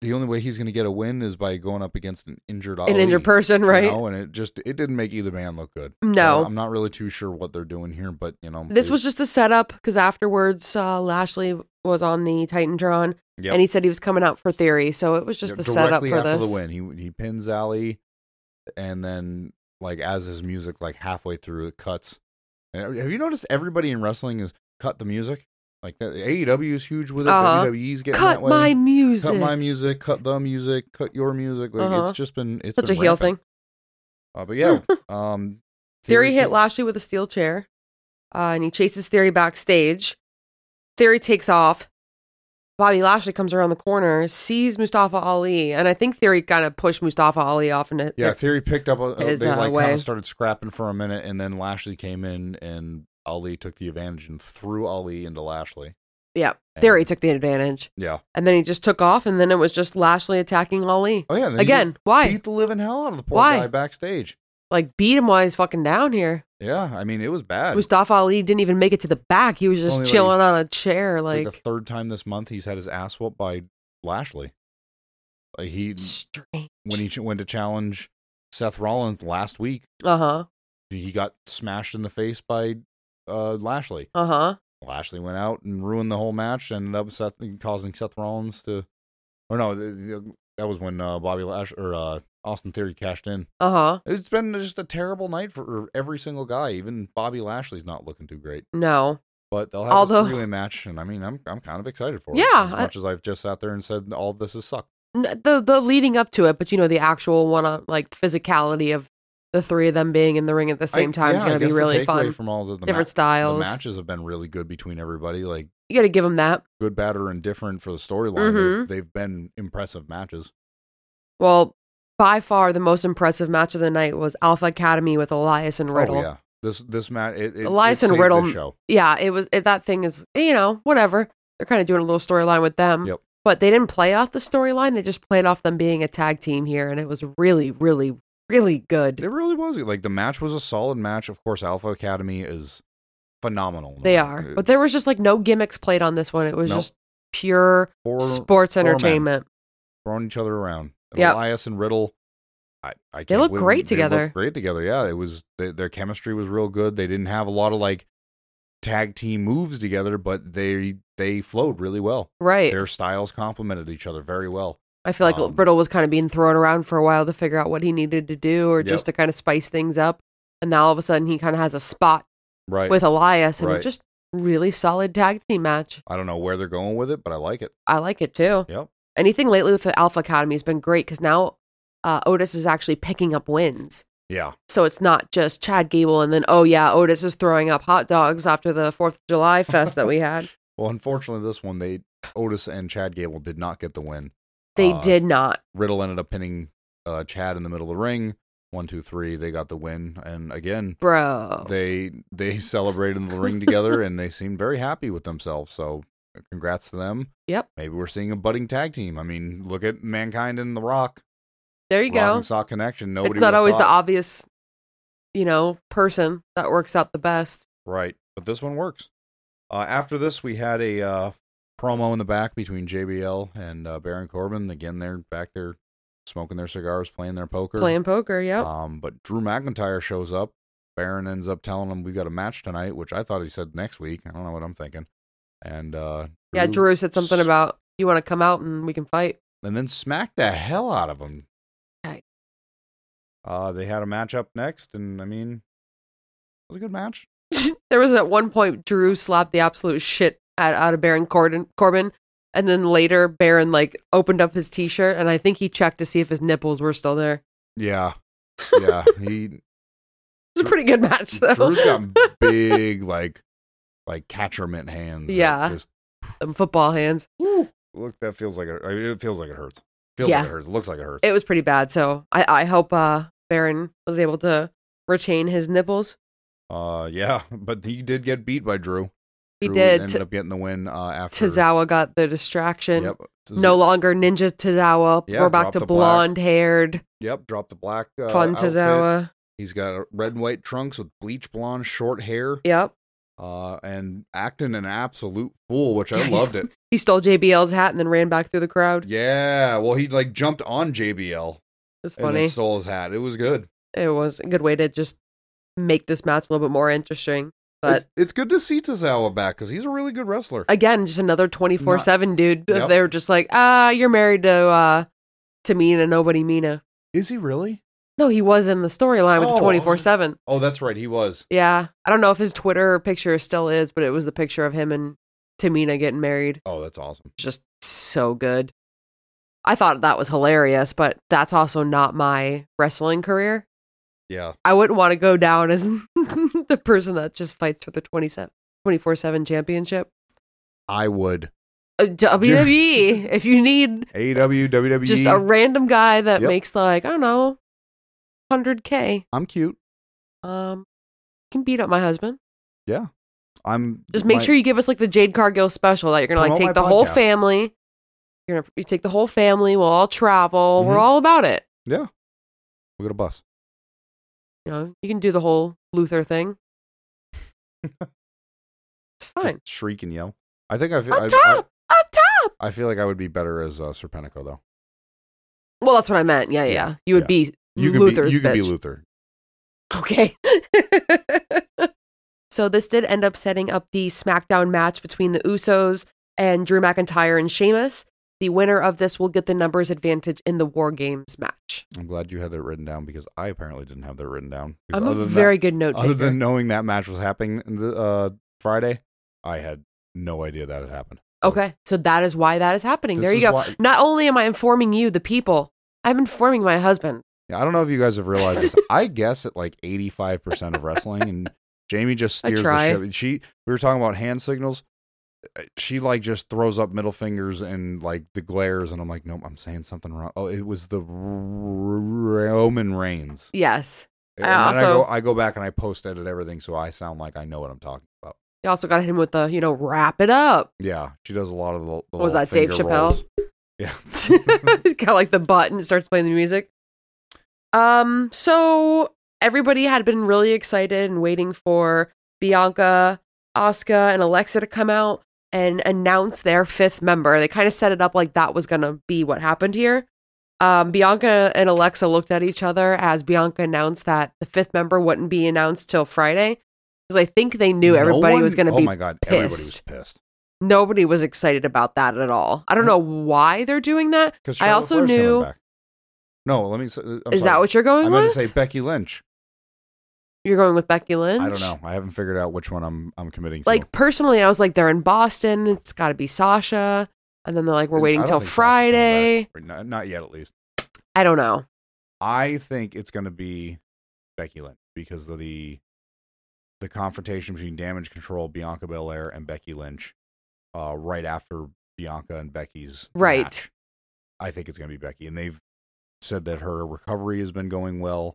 S2: the only way he's going to get a win is by going up against an injured
S1: an
S2: Ali.
S1: injured person
S2: you
S1: right
S2: know, and it just it didn't make either man look good. So
S1: No.
S2: I'm not really too sure what they're doing here, but you know,
S1: This
S2: they-
S1: was just a setup because afterwards, uh, Lashley was on the Titantron,
S2: Yep.
S1: and he said he was coming out for Theory, so it was just
S2: Yeah,
S1: a setup
S2: directly
S1: for
S2: after
S1: this.
S2: the win. He he pins Ali, and then like as his music like halfway through it cuts. And uh, have you noticed everybody in wrestling is cut the music? Like that, AEW is huge with it.
S1: Uh-huh.
S2: WWE's getting
S1: Cut
S2: that way.
S1: my music.
S2: Cut my music. Cut the music. Cut your music. Like
S1: Uh-huh.
S2: it's just been it's
S1: Such a
S2: been
S1: heel
S2: rampant.
S1: thing.
S2: Uh, but yeah, um,
S1: Theory, hit
S2: live.
S1: Lashley with a steel chair, uh, and he chases Theory backstage. Theory takes off. Bobby Lashley comes around the corner, sees Mustafa Ali, and I think Theory kind of pushed Mustafa Ali off into
S2: Yeah, Theory picked up. A,
S1: his,
S2: they
S1: uh,
S2: like kind
S1: way.
S2: of started scrapping for a minute, and then Lashley came in, and Ali took the advantage and threw Ali into Lashley.
S1: yeah.
S2: And-
S1: Theory took the advantage,
S2: Yeah.
S1: and then he just took off, and then it was just Lashley attacking Ali
S2: Oh yeah. and then he
S1: again.
S2: just
S1: Why?
S2: beat the living hell out of the poor
S1: Why?
S2: guy backstage.
S1: like beat him while he's fucking down here.
S2: Yeah, I mean it was bad. It's
S1: Mustafa Ali didn't even make it to the back. He was
S2: It's
S1: just
S2: only
S1: chilling on a chair.
S2: like,
S1: Like,
S2: the third time this month he's had his ass whooped by Lashley. Like he
S1: strange.
S2: when he ch- went to challenge Seth Rollins last week,
S1: uh huh,
S2: he got smashed in the face by uh, Lashley.
S1: uh huh.
S2: Lashley went out and ruined the whole match, ended up Seth, causing Seth Rollins to, or no, th- th- that was when uh, Bobby Lash or uh, Austin Theory cashed in.
S1: Uh huh.
S2: It's been just a terrible night for er, every single guy. Even Bobby Lashley's not looking too great.
S1: No.
S2: But they'll have
S1: Although-
S2: a three-way match, and I mean, I'm I'm kind of excited for it.
S1: Yeah,
S2: as
S1: I-
S2: much as I've just sat there and said all of this has sucked.
S1: N- The the leading up to it, but you know the actual one on like physicality of the three of them being in the ring at the same
S2: I-
S1: time is
S2: yeah, I
S1: going to
S2: guess
S1: be
S2: the
S1: really
S2: takeaway
S1: fun.
S2: From all is that the
S1: Different
S2: ma-
S1: styles.
S2: the matches have been really good between everybody. Like
S1: You got to give them that.
S2: good, bad, or indifferent for the storyline.
S1: Mhm.
S2: They, they've been impressive matches.
S1: Well, by far the most impressive match of the night was Alpha Academy with Elias and Riddle.
S2: Oh yeah, this this match. It, it,
S1: Elias
S2: it
S1: and
S2: saved
S1: Riddle-
S2: the show.
S1: yeah, it was it, that thing is you know whatever they're kind of doing a little storyline with them.
S2: Yep.
S1: But they didn't play off the storyline; they just played off them being a tag team here, and it was really, really, really good.
S2: It really was like the match was a solid match. Of course, Alpha Academy is phenomenal. Uh,
S1: They are, but there was just like no gimmicks played on this one. It was
S2: Nope.
S1: just pure
S2: Four-
S1: sports
S2: four men.
S1: entertainment.
S2: throwing each other around. And
S1: Yep.
S2: Elias and Riddle. I, I can't
S1: look
S2: believe
S1: great
S2: they
S1: together.
S2: look great together. Yeah, it was they, their chemistry was real good. They didn't have a lot of like tag team moves together, but they they flowed really well.
S1: Right.
S2: Their styles complemented each other very well.
S1: I feel like
S2: um,
S1: Riddle was kind of being thrown around for a while to figure out what he needed to do, or
S2: Yep.
S1: just to kind of spice things up. And now all of a sudden, he kind of has a spot
S2: Right.
S1: with Elias, and
S2: Right.
S1: just really solid tag team match.
S2: I don't know where they're going with it, but I like it.
S1: I like it too.
S2: Yep.
S1: anything lately with the Alpha Academy has been great because now uh, Otis is actually picking up wins.
S2: Yeah.
S1: So it's not just Chad Gable and then, oh yeah, Otis is throwing up hot dogs after the 4th of July fest that we had.
S2: Well, unfortunately, this one they Otis and Chad Gable did not get the win.
S1: They
S2: Uh,
S1: did not.
S2: Riddle ended up pinning uh, Chad in the middle of the ring. one, two, three. They got the win, and again,
S1: bro.
S2: they they celebrated in the ring together, and they seemed very happy with themselves. So, congrats to them.
S1: Yep.
S2: Maybe we're seeing a budding tag team. I mean, look at Mankind and The Rock.
S1: there you
S2: Rock
S1: go.
S2: and Sock connection. Nobody.
S1: It's not
S2: would've
S1: always the
S2: thought-
S1: obvious, you know, person that works out the best.
S2: Right. But this one works. Uh, after this, we had a uh, promo in the back between JBL and uh, Baron Corbin. Again, they're back there smoking their cigars, playing their poker.
S1: Playing poker, yep.
S2: Um, but Drew McIntyre shows up. Baron ends up telling him we've got a match tonight, which I thought he said next week. I don't know what I'm thinking. And uh,
S1: yeah, Drew said something
S2: s-
S1: about you want to come out and we can fight.
S2: and then smacked the hell out of him.
S1: Right.
S2: Uh, they had a match up next, and I mean, it was a good match.
S1: There was at one point Drew slapped the absolute shit out, out of Baron Corbin, Corbin, and then later Baron like opened up his T-shirt and I think he checked to see if his nipples were still there.
S2: Yeah, yeah. He
S1: It's a pretty good match though.
S2: Drew's got big like like catcher mitt hands. that
S1: Yeah.
S2: just
S1: Them football hands.
S2: look. That feels like it. I mean, it feels like it hurts. Feels
S1: Yeah.
S2: like it hurts. Looks like it hurts.
S1: It was pretty bad. So I I hope uh Baron was able to retain his nipples.
S2: uh, yeah. But he did get beat by Drew.
S1: He
S2: Drew
S1: did.
S2: Ended
S1: T-
S2: up getting the win uh, after.
S1: Tozawa got the distraction.
S2: Yep. Taz-
S1: no longer Ninja Tozawa.
S2: Yeah,
S1: We're
S2: drop
S1: back to
S2: the black.
S1: blonde haired,
S2: Yep. Dropped the black uh,
S1: fun
S2: outfit.
S1: Tozawa.
S2: He's got red and white trunks with bleach blonde short hair.
S1: Yep.
S2: Uh, and acting an absolute fool, which
S1: Yeah,
S2: I
S1: he's-
S2: loved it.
S1: He stole JBL's hat and then ran back through the crowd.
S2: Yeah. Well, he like jumped on JBL
S1: It was
S2: and
S1: funny.
S2: then stole his hat. It was good.
S1: It was a good way to just make this match a little bit more interesting. But
S2: it's, it's good to see Tozawa back because he's a really good wrestler.
S1: again, just another 24 7 dude.
S2: Yep.
S1: They were just like, ah, you're married to uh, to Mina, nobody Mina.
S2: Is he really?
S1: No, he was in the storyline with
S2: Oh.
S1: the 24 7.
S2: Oh, that's right. He was.
S1: Yeah. I don't know if his Twitter picture still is, but it was the picture of him and Tamina getting married.
S2: Oh, that's awesome.
S1: just so good. I thought that was hilarious, but that's also not my wrestling career.
S2: Yeah.
S1: I wouldn't want to go down as the person that just fights for the 24 7 championship.
S2: I would.
S1: Uh, WWE, if you need
S2: AW, WWE.
S1: just a random guy that
S2: E. Yep.
S1: makes like, I don't know, 100K,
S2: I'm cute.
S1: um, can beat up my husband.
S2: I'm.
S1: Just make
S2: my-
S1: sure you give us like the Jade Cargill special that you're gonna like
S2: Promote my
S1: take the whole
S2: podcast.
S1: family. You're gonna you take the whole family. We'll all travel. We're
S2: Mhm.
S1: all about it.
S2: We got a bus.
S1: You know, you can do the whole Luther thing. it's fine.
S2: Just shriek and yell. I think I feel.
S1: Up
S2: I,
S1: top, up top.
S2: I, I feel like I would be better as uh, Sir Penico though.
S1: Well, that's what I meant. Yeah, yeah. You would
S2: Yeah.
S1: be
S2: You could be.
S1: Luther's
S2: You could be
S1: bitch.
S2: Luther.
S1: Okay. so this did end up setting up the SmackDown match between the Usos and Drew McIntyre and Sheamus. The winner of this will get the numbers advantage in the War Games match.
S2: I'm glad you had that written down because I apparently didn't have that written down. 'Cause
S1: I'm a
S2: than
S1: very good note
S2: that, other
S1: taker.
S2: than knowing that match was happening the, uh, Friday, I had no idea that had happened.
S1: okay, so that is why that is happening.
S2: This
S1: there you
S2: is
S1: go.
S2: why-
S1: Not only am I informing you, the people, I'm informing my husband.
S2: Yeah, I don't know if you guys have realized this. I guess at like 85% of wrestling, and Jamie just
S1: I
S2: steers
S1: try.
S2: the ship. She, we were talking about hand signals. Uh, She like just throws up middle fingers and like the glares, and I'm like, nope, I'm saying something wrong. Oh, it was the R- Roman Reigns.
S1: Yes.
S2: And
S1: I
S2: then
S1: also-
S2: I go, I go back and I post edit everything, so I sound like I know what I'm talking about.
S1: You also got him with the, you know, wrap it up.
S2: Yeah, she does a lot of the. the
S1: was
S2: little
S1: that, Dave
S2: finger
S1: Chappelle?
S2: rolls. Yeah,
S1: He's got like the button, it starts playing the music. Um, so everybody had been really excited and waiting for Bianca, Asuka, and Alexa to come out and announce their fifth member. They kind of set it up like that was gonna be what happened here. Um, Bianca and Alexa looked at each other as Bianca announced that the fifth member wouldn't be announced till Friday. Because I think they knew
S2: No
S1: everybody
S2: one-
S1: was gonna
S2: oh
S1: be
S2: my god, everybody was
S1: pissed.
S2: pissed.
S1: nobody was excited about that at all. I don't know why they're doing that.
S2: Because
S1: I also knew-
S2: No, let me. s- uh, I'm
S1: Is
S2: sorry.
S1: that what you're going
S2: I meant
S1: with?
S2: to say Becky Lynch.
S1: You're going with Becky Lynch?
S2: I don't know. I haven't figured out which one I'm I'm committing to.
S1: Like personally, I was like, they're in Boston. It's got to be Sasha. And then they're like, we're
S2: I
S1: waiting
S2: don't
S1: till
S2: think Sasha's coming
S1: Friday.
S2: back. Or Not, not yet, at least.
S1: I don't know.
S2: I think it's going to be Becky Lynch because of the the confrontation between Damage Control, Bianca Belair, and Becky Lynch, uh, right after Bianca and Becky's
S1: Right.
S2: match. I think it's going to be Becky, and they've said that her recovery has been going well.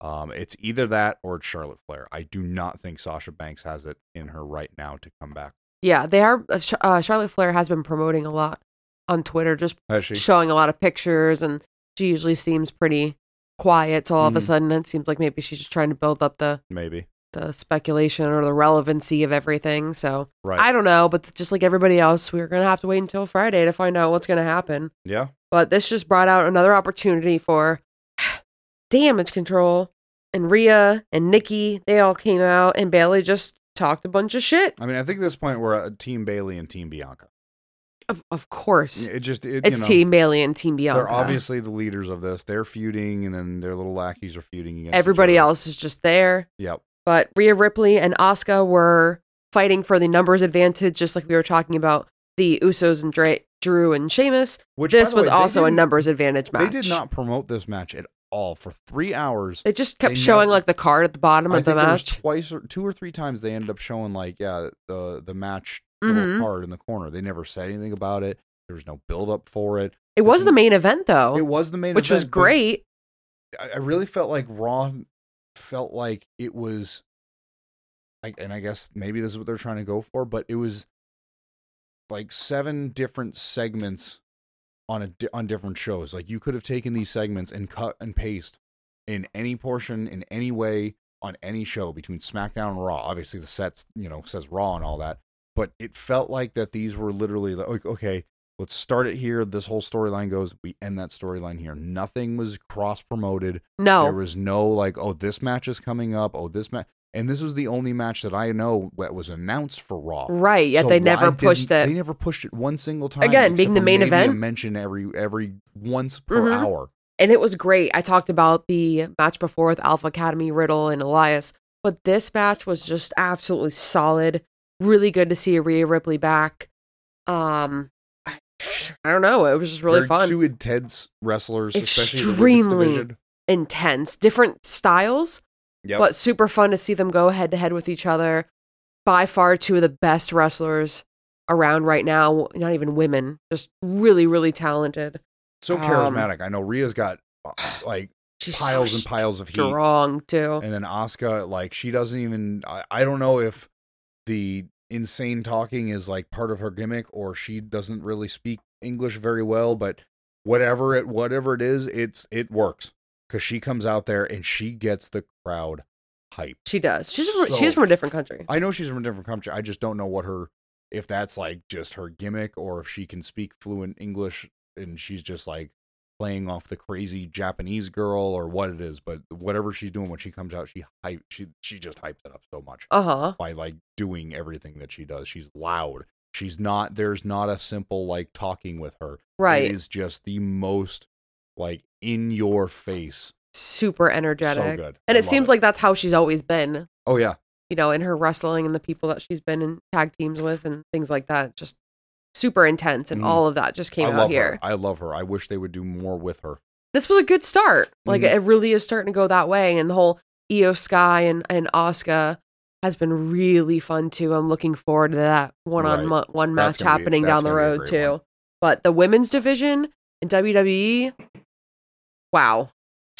S2: Um, it's either that or it's Charlotte Flair. I do not think Sasha Banks has it in her right now to come back.
S1: Yeah, they are. uh, Sh- Uh, Charlotte Flair has been promoting a lot on Twitter, just
S2: Has she?
S1: showing a lot of pictures, and she usually seems pretty quiet. So all of a
S2: Mhm.
S1: sudden, it seems like maybe she's just trying to build up the
S2: Maybe.
S1: the speculation or the relevancy of everything. So
S2: Right.
S1: I don't know, but just like everybody else, we're gonna have to wait until Friday to find out what's gonna happen.
S2: yeah.
S1: But this just brought out another opportunity for damage control. And Rhea and Nikki, they all came out, and Bailey just talked a bunch of shit.
S2: I mean, I think at this point we're uh Team Bailey and Team Bianca.
S1: Of, of course,
S2: It just it,
S1: it's
S2: you know,
S1: Team Bailey and Team Bianca.
S2: They're obviously the leaders of this. They're feuding, and then their little lackeys are feuding against each
S1: Everybody
S2: other.
S1: else is just there.
S2: Yep.
S1: But Rhea Ripley and Asuka were fighting for the numbers advantage, just like we were talking about the Usos and Dre- Drew and Sheamus.
S2: Which by
S1: this
S2: the
S1: was
S2: way, they
S1: also a
S2: didn't-
S1: numbers advantage match.
S2: They did not promote this match at all for three hours.
S1: It just kept
S2: they
S1: showing
S2: never-
S1: like the card at the bottom
S2: I
S1: of the
S2: think there was
S1: match.
S2: twice or two or three times they ended up showing like yeah the the match little
S1: Mhm.
S2: card in the corner. They never said anything about it. There was no build up for it.
S1: It was the
S2: Isn't-
S1: main event though,
S2: It was the main,
S1: Oh. which was
S2: event, but
S1: great.
S2: I, I really felt like Raw felt like it was, like, and I guess maybe this is what they're trying to go for, but it was like seven different segments on a di- on different shows. Like you could have taken these segments and cut and paste in any portion in any way on any show between SmackDown and Raw. Obviously, the sets you know says Raw and all that, but it felt like that these were literally like okay. Let's start it here. This whole storyline goes. We end that storyline here. Nothing was cross promoted. There
S1: No,
S2: was no like, oh, this match is coming up. Oh, this match. And this was the only match that I know that was announced for Raw.
S1: right? Yet
S2: So
S1: they
S2: why
S1: never
S2: didn't-
S1: pushed
S2: They
S1: it.
S2: never pushed it one single time.
S1: Again, being
S2: except
S1: the
S2: for
S1: main
S2: maybe
S1: event.
S2: a mention every every once per
S1: Mhm.
S2: hour.
S1: and it was great. I talked about the match before with Alpha Academy, Riddle, and Elias, but this match was just absolutely solid. Really good to see Rhea Ripley back. Um, I, I don't know. It was just really
S2: They're
S1: fun,
S2: Two intense wrestlers, especially in the women's
S1: Extremely.
S2: division.
S1: intense, different styles,
S2: Yep.
S1: but super fun to see them go head to head with each other. By far, two of the best wrestlers around right now. Not even women, just really, really talented.
S2: so
S1: um,
S2: charismatic. I know Rhea's got uh, like
S1: She's so
S2: piles and piles of heat.
S1: strong too.
S2: and then Asuka, like she doesn't even. I, I don't know if the insane talking is like part of her gimmick, or she doesn't really speak English very well. But whatever it whatever it is, it's it works because she comes out there and she gets the crowd hype.
S1: She does. She's from,
S2: So-
S1: she's from a different country.
S2: I know she's from a different country. I just don't know what her if that's like just her gimmick or if she can speak fluent English and she's just like playing off the crazy Japanese girl or what it is, but whatever she's doing when she comes out, she hype she she just hypes it up so much
S1: Uh huh.
S2: by like doing everything that she does. She's loud. She's not there's not a simple like talking with her.
S1: Right.
S2: It is just the most like in your face.
S1: Super energetic.
S2: So good.
S1: And
S2: I
S1: it
S2: love
S1: seems like that's how she's always been,
S2: Oh yeah.
S1: you know, in her wrestling and the people that she's been in tag teams with and things like that. Just super intense. And
S2: Mhm.
S1: all of that just came
S2: I
S1: out
S2: love
S1: here.
S2: her. I love her. I wish they would do more with her.
S1: This was a good start. Like,
S2: Mhm.
S1: it really is starting to go that way. And the whole Io Sky and, and Asuka has been really fun too. I'm looking forward to that one on
S2: Right.
S1: mo- one match
S2: That's gonna be-
S1: happening
S2: that's
S1: down the
S2: gonna be a
S1: road
S2: great
S1: too.
S2: one.
S1: But the women's division in WWE, wow.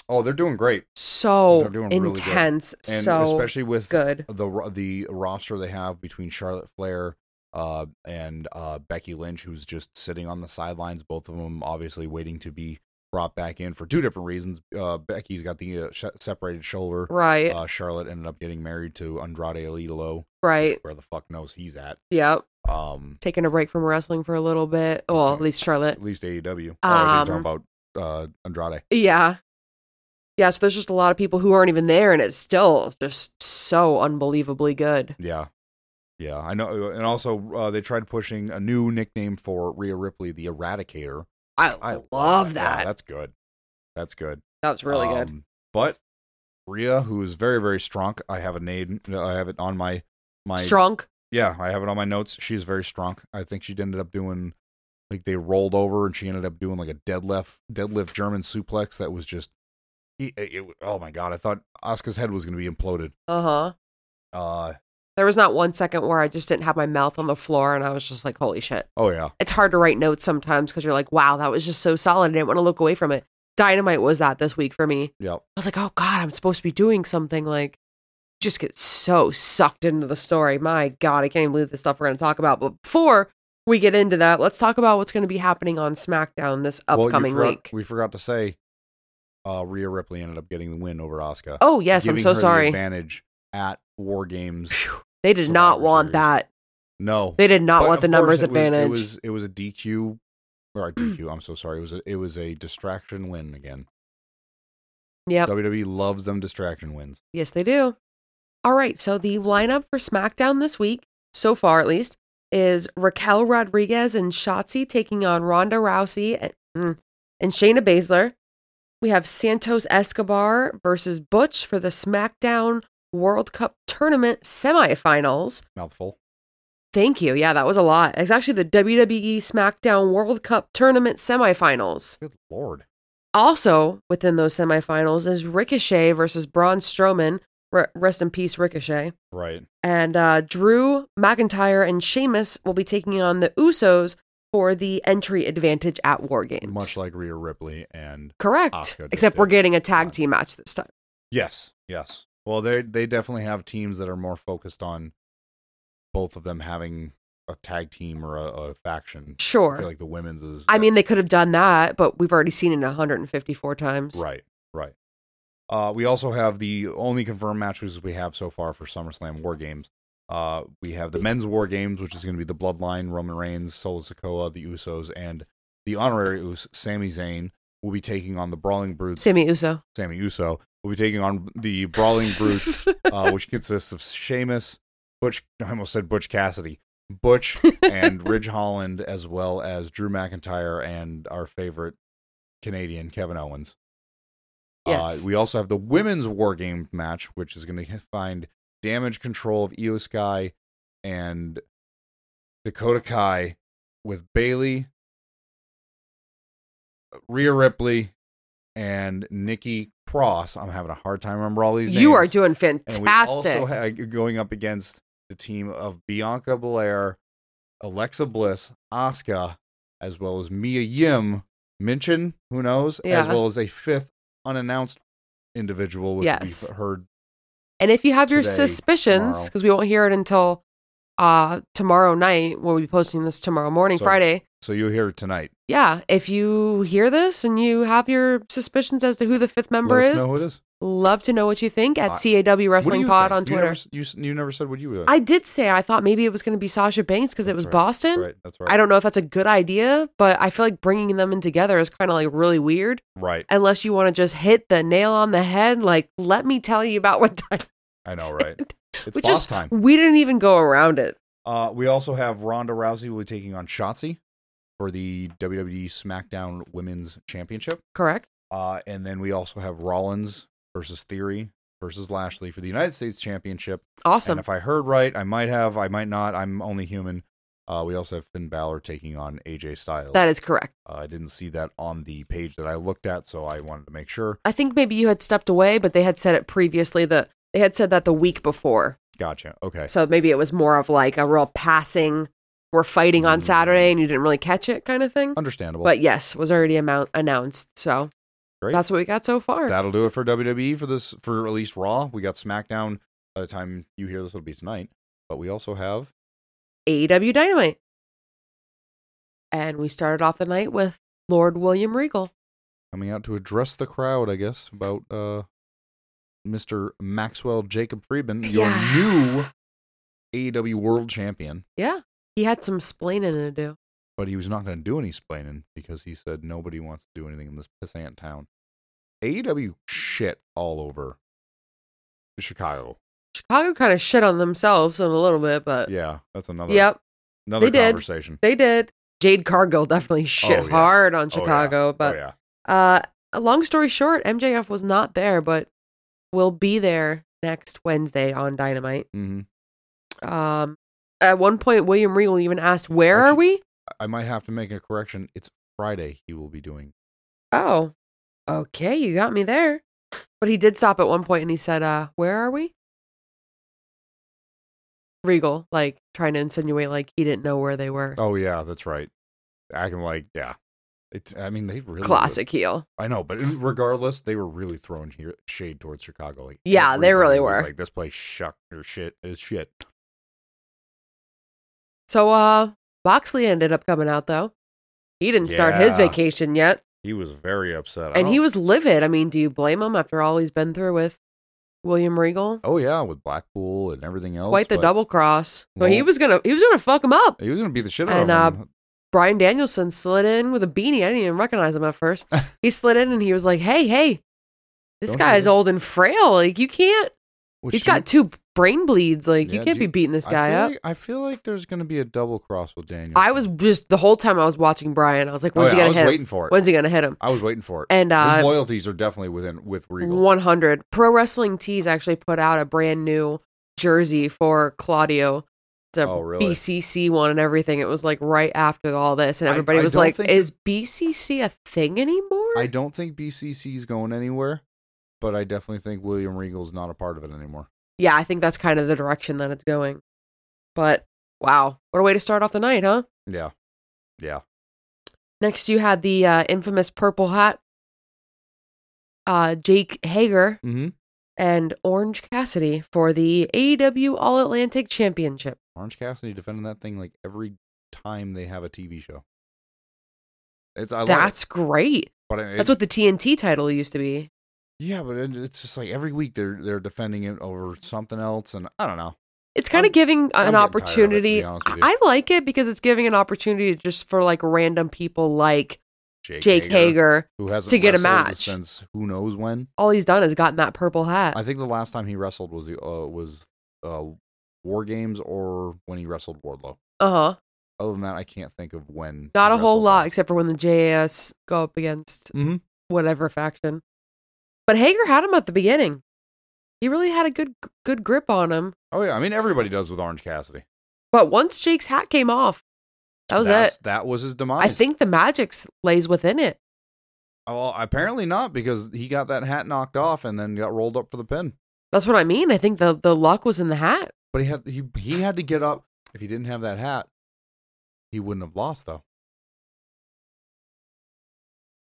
S2: Oh, they're doing great.
S1: So
S2: They're doing really good.
S1: intense.
S2: and
S1: so
S2: especially with
S1: good.
S2: the ro- the roster they have between Charlotte Flair uh, and uh, Becky Lynch, who's just sitting on the sidelines. Both of them obviously waiting to be brought back in for two different reasons. Uh, Becky's got the uh, sh- separated shoulder.
S1: Right.
S2: Uh, Charlotte ended up getting married to Andrade Alidolo,
S1: right.
S2: where the fuck knows he's at.
S1: Yep.
S2: Um,
S1: Taking a break from wrestling for a little bit. Well, at least Charlotte.
S2: at least AEW. Oh, I
S1: Um
S2: think you're talking about uh, Andrade.
S1: Yeah. Yeah. So there's just a lot of people who aren't even there, and it's still just so unbelievably good.
S2: Yeah. Yeah, I know. And also, uh, they tried pushing a new nickname for Rhea Ripley, the Eradicator.
S1: I, love
S2: Yeah,
S1: that.
S2: that's good. That's good.
S1: That's really good.
S2: Um, But Rhea, who is very very strong, I have a name. I have it on my my
S1: Strong.
S2: Yeah, I have it on my notes. She's very strong. I think she ended up doing like they rolled over and she ended up doing like a deadlift deadlift German suplex that was just. It, it- oh my god! I thought Asuka's head was going to be imploded.
S1: Uh huh.
S2: Uh
S1: There was not one second where I just didn't have my mouth on the floor, and I was just like, holy shit.
S2: oh yeah.
S1: It's hard to write notes sometimes because you're like, wow, that was just so solid. I didn't want to look away from it. Dynamite was that this week for me.
S2: Yep.
S1: I was like, oh God, I'm supposed to be doing something. Like, just get so sucked into the story. My God, I can't even believe the stuff we're going to talk about. But before we get into that, let's talk about what's going to be happening on SmackDown this
S2: Well, you
S1: upcoming
S2: forgot-
S1: week.
S2: We forgot to say uh Rhea Ripley ended up getting the win over Asuka.
S1: Oh, yes, I'm
S2: giving
S1: so
S2: her the
S1: sorry.
S2: advantage at War Games.
S1: They did not
S2: Survivor
S1: want
S2: Series.
S1: that.
S2: No.
S1: They did not
S2: But
S1: want
S2: of
S1: the
S2: course
S1: numbers
S2: it was-
S1: advantage.
S2: It was it was a DQ or a DQ, I'm so sorry. It was a, it was a distraction win again.
S1: yep.
S2: WWE loves them distraction wins.
S1: Yes, they do. All right. So the lineup for SmackDown this week, so far at least, is Raquel Rodriguez and Shotzi taking on Ronda Rousey and, mm, and Shayna Baszler. We have Santos Escobar versus Butch for the SmackDown World Cup Tournament semifinals.
S2: Mouthful.
S1: Thank you. Yeah, that was a lot. It's actually the WWE SmackDown World Cup Tournament semifinals.
S2: Good lord.
S1: Also within those semifinals is Ricochet versus Braun Strowman. R- rest in peace, Ricochet.
S2: Right.
S1: And uh, Drew McIntyre and Sheamus will be taking on the Usos for the entry advantage at War Games.
S2: Much like Rhea Ripley and
S1: Correct.
S2: Asuka just
S1: Except we're
S2: did.
S1: getting a tag team match this time.
S2: Yes, yes. Well, they they definitely have teams that are more focused on both of them having a tag team or a, a faction. I
S1: Sure.
S2: feel like the women's is.
S1: I mean, they could have done that, but we've already seen it 154 times.
S2: right, right. Uh, we also have the only confirmed matches we have so far for SummerSlam War Games. Uh, we have the men's War Games, which is going to be the Bloodline, Roman Reigns, Solo Sokoa, the Usos, and the honorary Us, Sami Zayn, will be taking on the Brawling Brutes.
S1: Sammy Uso.
S2: Sammy Uso will be taking on the Brawling Brutes. uh, which consists of Sheamus, Butch. I almost said Butch Cassidy, Butch, and Ridge Holland, as well as Drew McIntyre and our favorite Canadian Kevin Owens.
S1: Yes.
S2: Uh, we also have the women's war game match, which is going to find damage control of Io Sky and Dakota Kai with Bailey, Rhea Ripley, and Nikki Cross. I'm having a hard time remembering all these.
S1: you
S2: names.
S1: are doing
S2: And
S1: fantastic.
S2: we also had going up against the team of Bianca Belair, Alexa Bliss, Asuka, as well as Mia Yim, Minchin, who knows, as
S1: Yeah.
S2: well as a fifth unannounced individual, which
S1: Yes.
S2: we've heard.
S1: And if you have your
S2: today,
S1: suspicions,
S2: tomorrow.
S1: because we won't hear it until uh, tomorrow night, we'll be posting this tomorrow morning,
S2: So-
S1: Friday.
S2: So you'll hear it tonight.
S1: Yeah, if you hear this and you have your suspicions as to who the fifth member
S2: Let us
S1: is,
S2: know who it is.
S1: love to know what you think at
S2: I-
S1: CAW
S2: What do
S1: Wrestling
S2: you
S1: Pod
S2: think?
S1: on
S2: You never
S1: Twitter.
S2: s- You, s- you never said what you would.
S1: I did say I thought maybe it was going to be Sasha Banks because it
S2: That's
S1: was
S2: right.
S1: Boston.
S2: right. That's right.
S1: I don't know if that's a good idea, but I feel like bringing them in together is kind of like really weird.
S2: right.
S1: Unless you want to just hit the nail on the head, like let me tell you about what time,
S2: I know. Right. It's
S1: which
S2: boss
S1: is
S2: time.
S1: we didn't even go around it.
S2: Uh, we also have Ronda Rousey will be taking on Shotzi for the WWE SmackDown Women's Championship.
S1: Correct.
S2: Uh, and then we also have Rollins versus Theory versus Lashley for the United States Championship. And
S1: Awesome.
S2: if I heard right, I might have, I might not. I'm only human. Uh, we also have Finn Balor taking on AJ Styles.
S1: That is correct.
S2: uh, I didn't see that on the page that I looked at, so I wanted to make sure.
S1: I think maybe you had stepped away, but they had said it previously that they had said that the week before.
S2: Gotcha. Okay.
S1: So maybe it was more of like a real passing, we're fighting on
S2: Mm.
S1: Saturday and you didn't really catch it kind of thing.
S2: Understandable.
S1: But yes, was already amount- announced. So
S2: Great.
S1: that's what we got so far.
S2: That'll do it for WWE for this, for at least Raw. We got SmackDown. By the time you hear this, it'll be tonight. But we also have
S1: AEW E Dynamite. And we started off the night with Lord William Regal.
S2: coming out to address the crowd, I guess, about uh, Mr. Maxwell Jacob Friedman,
S1: Yeah.
S2: your new AEW World Champion.
S1: Yeah. He had some splaining to do.
S2: But he was not going to do any splaining because he said nobody wants to do anything in this pissant town. AEW shit all over Chicago.
S1: Chicago kind of shit on themselves in a little bit, but
S2: Yeah, that's another
S1: Uh, yep.
S2: another
S1: they did.
S2: conversation.
S1: They did. Jade Cargill definitely shit
S2: Oh, yeah.
S1: hard on
S2: Oh, yeah.
S1: Chicago, but
S2: oh yeah,
S1: uh long story short, MJF was not there, but will be there next Wednesday on Dynamite.
S2: hmm
S1: Um at one point William Regal even asked, "Where are
S2: Actually-
S1: we?"
S2: I might have to make a correction. It's Friday. He will be doing.
S1: Oh. Okay, you got me there. But he did stop at one point and he said, "Uh, where are we?" Regal like trying to insinuate like he didn't know where they were.
S2: Oh yeah, that's right. Acting like yeah, It's, I mean, they really
S1: Classic heel.
S2: I know, but regardless, they were really throwing here shade towards Chicago. Like,
S1: Yeah, they really
S2: everybody was
S1: were.
S2: Like this place shuck or shit is shit.
S1: So uh Boxley ended up coming out though. He didn't start his
S2: Yeah.
S1: vacation yet.
S2: He was very upset, I
S1: And he
S2: don't-
S1: was livid. I mean, do you blame him after all he's been through with William Regal?
S2: Oh yeah, with Blackpool and everything else.
S1: Quite the
S2: but
S1: double cross. So he
S2: Well-
S1: was gonna he was gonna fuck him up.
S2: He was gonna beat the shit out
S1: And, uh,
S2: of him.
S1: Brian Danielson slid in with a beanie. I didn't even recognize him at first. he slid in and he was like, Hey, hey, this
S2: Don't
S1: guy's
S2: hurt.
S1: old and frail. Like you can't
S2: Which
S1: He's
S2: you-
S1: got two brain bleeds. Like
S2: Yeah,
S1: you can't
S2: do
S1: be
S2: you-
S1: beating this guy
S2: I feel
S1: up.
S2: Like, I feel like there's gonna be a double cross with Daniel.
S1: I was just the whole time I was watching Brian. I was like, when's
S2: Oh, yeah, I
S1: he
S2: was
S1: gonna hit?
S2: waiting
S1: him?
S2: for it.
S1: When's he gonna hit him?
S2: I was waiting for it.
S1: And
S2: His
S1: uh,
S2: loyalties are definitely within with Regal.
S1: one hundred pro wrestling tees actually put out a brand new jersey for Claudio. The
S2: Oh, really?
S1: BCC one and everything. It was like right after all this, and
S2: I-
S1: everybody
S2: I
S1: was
S2: don't
S1: like,
S2: think-
S1: "Is BCC a thing anymore?"
S2: I don't think BCC's going anywhere, but I definitely think William Regal's not a part of it anymore.
S1: yeah, I think that's kind of the direction that it's going. But wow, what a way to start off the night, huh?
S2: Yeah, yeah.
S1: Next, you had the uh, infamous purple hat, uh, Jake Hager
S2: Mm-hmm.
S1: and Orange Cassidy for the AEW All Atlantic Championship.
S2: Orange Cassidy defending that thing like every time they have a TV show. It's I love it,
S1: That's great.
S2: but it,
S1: That's what the TNT title used to be.
S2: yeah, but it, it's just like every week they're they're defending it over something else, and I don't know.
S1: It's kind
S2: I'm-
S1: of giving an
S2: I'm getting tired of it, to be
S1: opportunity. I
S2: honest with you.
S1: I like it because it's giving an opportunity just for like random people like
S2: Jake,
S1: Jake Hager.
S2: who hasn't
S1: to get a
S2: wrestled
S1: match.
S2: since who knows when.
S1: All he's done is gotten that purple hat.
S2: I think the last time he wrestled was the uh, was uh, War Games or when he wrestled Wardlow.
S1: Uh huh.
S2: Other than that, I can't think of when.
S1: Not a
S2: he
S1: whole
S2: wrestled
S1: lot
S2: last.
S1: except for when the JAS go up against
S2: Mhm.
S1: whatever faction. But Hager had him at the beginning. He really had a good good grip on him.
S2: Oh yeah, I mean everybody does with Orange Cassidy.
S1: But once Jake's hat came off, that was
S2: That's-
S1: it.
S2: That was his demise.
S1: I think the magic s- lays within it.
S2: Well, apparently not because he got that hat knocked off and then got rolled up for the pin.
S1: That's what I mean. I think the the luck was in the hat.
S2: But he had he he had to get up. If he didn't have that hat, he wouldn't have lost though.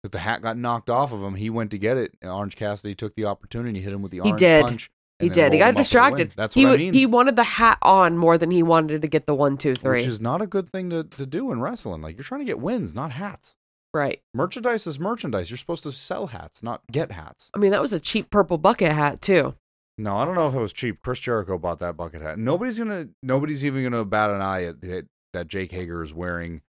S2: Because the hat got knocked off of him, he went to get it. And Orange Cassidy took the opportunity, hit him with the orange
S1: did.
S2: punch. and
S1: He
S2: then
S1: did. He
S2: rolled
S1: got
S2: him up for the win.
S1: distracted.
S2: That's
S1: he
S2: what I
S1: would-
S2: mean.
S1: he wanted the hat on more than he wanted to get the one, two, three.
S2: Which is not a good thing to, to do in wrestling. Like you're trying to get wins, not hats.
S1: right.
S2: Merchandise is merchandise. You're supposed to sell hats, not get hats.
S1: I mean, that was a cheap purple bucket hat too.
S2: No, I don't know if it was cheap. Chris Jericho bought that bucket hat. Nobody's gonna. Nobody's even gonna bat an eye at, at that Jake Hager is wearing.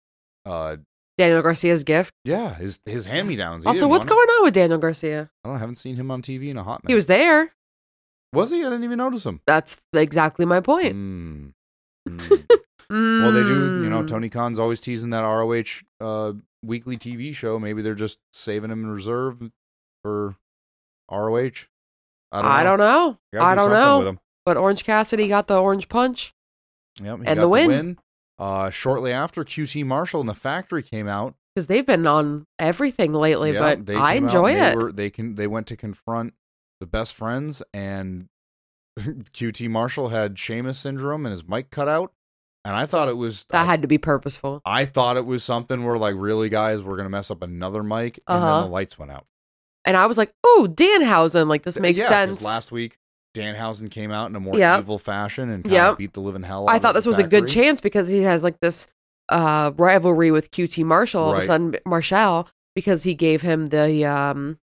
S2: Uh,
S1: Daniel Garcia's gift.
S2: yeah, his his hand me downs.
S1: also, what's going on with Daniel Garcia?
S2: I don't. I haven't seen him on TV in a hot minute.
S1: He was there.
S2: Was he? I didn't even notice him.
S1: That's exactly my point.
S2: Mm. Mm. well, they do. You know,
S1: Mm.
S2: Tony Khan's always teasing that ROH uh, weekly TV show. Maybe they're just saving him in reserve for ROH.
S1: I don't know.
S2: Gotta
S1: I don't
S2: do something
S1: know.
S2: with him.
S1: But Orange Cassidy got the orange punch.
S2: Yep, he
S1: And
S2: got
S1: the win.
S2: Uh, shortly after, QT Marshall and the Factory came out.
S1: because they've been on everything lately,
S2: Yeah,
S1: but
S2: they
S1: I
S2: came out
S1: enjoy
S2: and they
S1: it.
S2: were- they can they went to confront the best friends, and QT Marshall had Seamus syndrome and his mic cut out. And I thought it was
S1: that
S2: I,
S1: had to be purposeful.
S2: I thought it was something where like really guys we're gonna mess up another mic, and
S1: Uh-huh.
S2: then the lights went out.
S1: And I was like, oh, Danhausen, like this makes
S2: yeah, 'cause
S1: sense.
S2: Last week, Danhausen came out in a more
S1: Yep.
S2: evil fashion and kind
S1: Yep.
S2: of beat the living hell. out
S1: I
S2: of
S1: thought
S2: the
S1: this was a good
S2: Factory.
S1: chance because he has like this uh, rivalry with QT Marshall, all of
S2: Right.
S1: a sudden Marshall, because he gave him the um,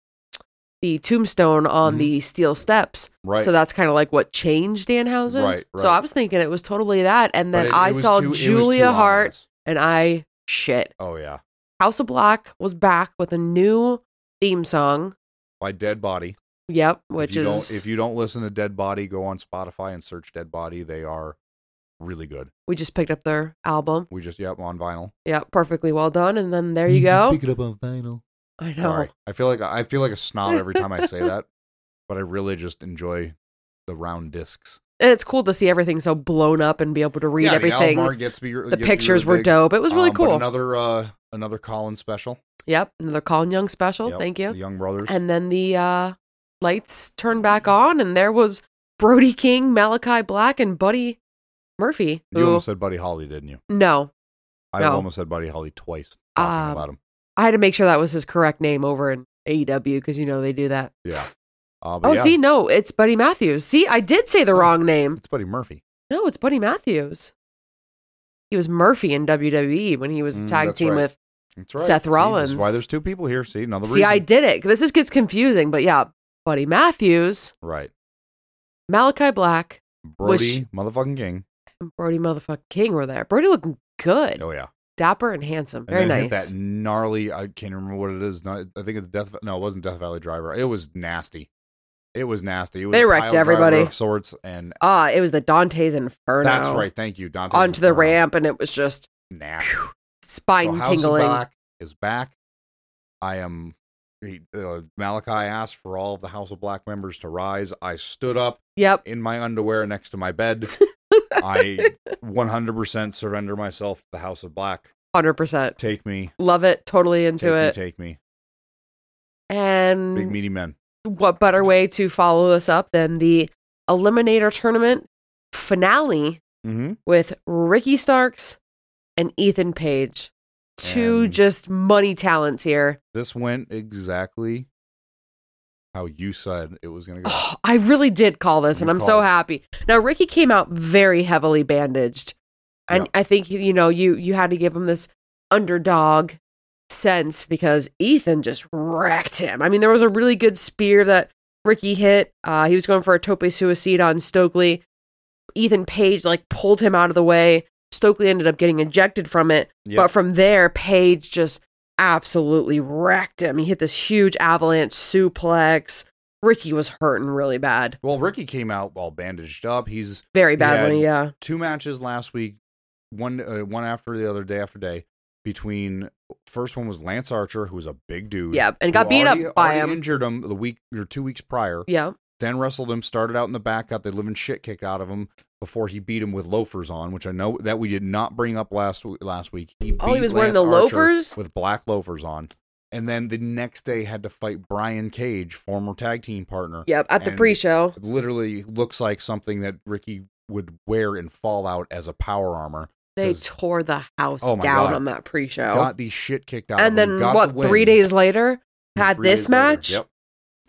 S1: the tombstone on
S2: Mhm.
S1: the steel steps.
S2: Right.
S1: So that's kind of like what changed Danhausen.
S2: Right,
S1: So
S2: right.
S1: I was thinking it was totally that. And
S2: But
S1: then
S2: it- it
S1: I
S2: was
S1: saw
S2: too- it was too
S1: Julia Hart
S2: ominous.
S1: and I shit.
S2: Oh yeah.
S1: House of Black was back with a new theme song.
S2: by Dead Body.
S1: Yep, which
S2: if you
S1: is
S2: don't, if you don't listen to Dead Body, go on Spotify and search Dead Body. They are really good.
S1: we just picked up their album.
S2: We just yep on vinyl.
S1: Yep, perfectly well done. And then there you go.
S2: Pick it up on vinyl.
S1: I know.
S2: Sorry, I feel like I feel like a snob every time I say that, but I really just enjoy the round discs.
S1: And it's cool to see everything so blown up and be able to read
S2: Yeah,
S1: everything.
S2: The,
S1: The,
S2: album art gets bigger, gets bigger
S1: pictures were
S2: big.
S1: dope. It was really
S2: Um, but
S1: cool.
S2: Another uh, another Colin special.
S1: yep, another Colin Young special.
S2: Yep,
S1: Thank you.
S2: the Young Brothers.
S1: And then the uh, lights turned back
S2: Mm-hmm.
S1: on, and there was Brody King, Malachi Black, and Buddy Murphy.
S2: you
S1: Who?
S2: almost said Buddy Holly, didn't you?
S1: No,
S2: I
S1: No.
S2: almost said Buddy Holly twice talking
S1: Um,
S2: about him.
S1: I had to make sure that was his correct name over in AEW because you know they do that.
S2: Yeah. Uh, but
S1: Oh,
S2: yeah, Oh.
S1: see, no, it's Buddy Matthews. See, I did say the wrong name.
S2: it's Buddy Murphy.
S1: No, it's Buddy Matthews. He was Murphy in WWE when he was
S2: Mm,
S1: tag
S2: that's
S1: team
S2: right.
S1: with.
S2: That's right.
S1: Seth
S2: See, this
S1: Rollins.
S2: is why there's two people here. See, another
S1: See, I
S2: reason.
S1: did it. This is gets confusing, but yeah, Buddy Matthews,
S2: right.
S1: Malachi Black,
S2: Brody, motherfucking King.
S1: and Brody motherfucking King were there. Brody looked good,
S2: Oh yeah.
S1: dapper and handsome,
S2: And
S1: very
S2: then
S1: nice.
S2: hit that gnarly. I can't remember what it is. No, I think it's Death. No, it wasn't Death Valley Driver. It was nasty. It was nasty. It was
S1: They
S2: a
S1: wrecked
S2: pile driver
S1: everybody.
S2: of sorts. And
S1: Ah, it was the Dante's Inferno.
S2: that's right. Thank you, Dante.
S1: Onto the ramp, and it was just
S2: Nasty. So
S1: spine
S2: House of
S1: tingling.
S2: Black is back. I am. He, uh, Malachi asked for all of the House of Black members to rise. I stood up
S1: Yep.
S2: in my underwear next to my bed. I 100% surrender myself to the House of Black.
S1: Hundred percent.
S2: Take me.
S1: Love it. Totally into
S2: Take
S1: it.
S2: me.
S1: Mm-hmm.
S2: Take me. Big
S1: and
S2: meaty men.
S1: what better way to follow this up than the Eliminator tournament finale
S2: Mm-hmm.
S1: with Ricky Starks and Ethan Page. Two
S2: And-
S1: just money talents here.
S2: This went exactly how you said it was going to go.
S1: Oh, I really did call this, and
S2: You
S1: I'm so
S2: called.
S1: happy. Now Ricky came out very heavily bandaged, and
S2: Yeah.
S1: I think you know you you had to give him this underdog sense because Ethan just wrecked him. I mean, there was a really good spear that Ricky hit. Uh, he was going for a tope suicide on Stokely. Ethan Page like pulled him out of the way. Stokely ended up getting ejected from it,
S2: Yeah.
S1: but from there, Page just absolutely wrecked him. He hit this huge avalanche suplex. Ricky was hurting really bad,
S2: well, Ricky came out all bandaged up. He's
S1: very
S2: He had-
S1: badly. Yeah.
S2: two matches last week, one uh, one after the other, day after day. Between first one was Lance Archer, who was a big dude.
S1: Yeah, and
S2: who
S1: got beat up
S2: already-
S1: by
S2: already
S1: him.
S2: Injured him the week or two weeks prior.
S1: Yeah.
S2: Then wrestled him. Started out in the back, got the living shit kicked out of him before he beat him with loafers on, which I know that we did not bring up last w- last week. He
S1: Oh, he
S2: beat
S1: was wearing
S2: Lance
S1: the
S2: Archer
S1: loafers?
S2: with black loafers on, and then the next day had to fight Brian Cage, former tag team partner.
S1: Yep. At the
S2: And-
S1: pre-show.
S2: It literally looks like something that Ricky would wear in Fallout as a power armor.
S1: They
S2: 'cause-
S1: tore the house
S2: Oh my
S1: down
S2: God.
S1: on that pre-show.
S2: Got the shit kicked out.
S1: and
S2: of him,
S1: then
S2: got
S1: what?
S2: the win.
S1: three days later, had
S2: Three
S1: this
S2: days later.
S1: match,
S2: Yep.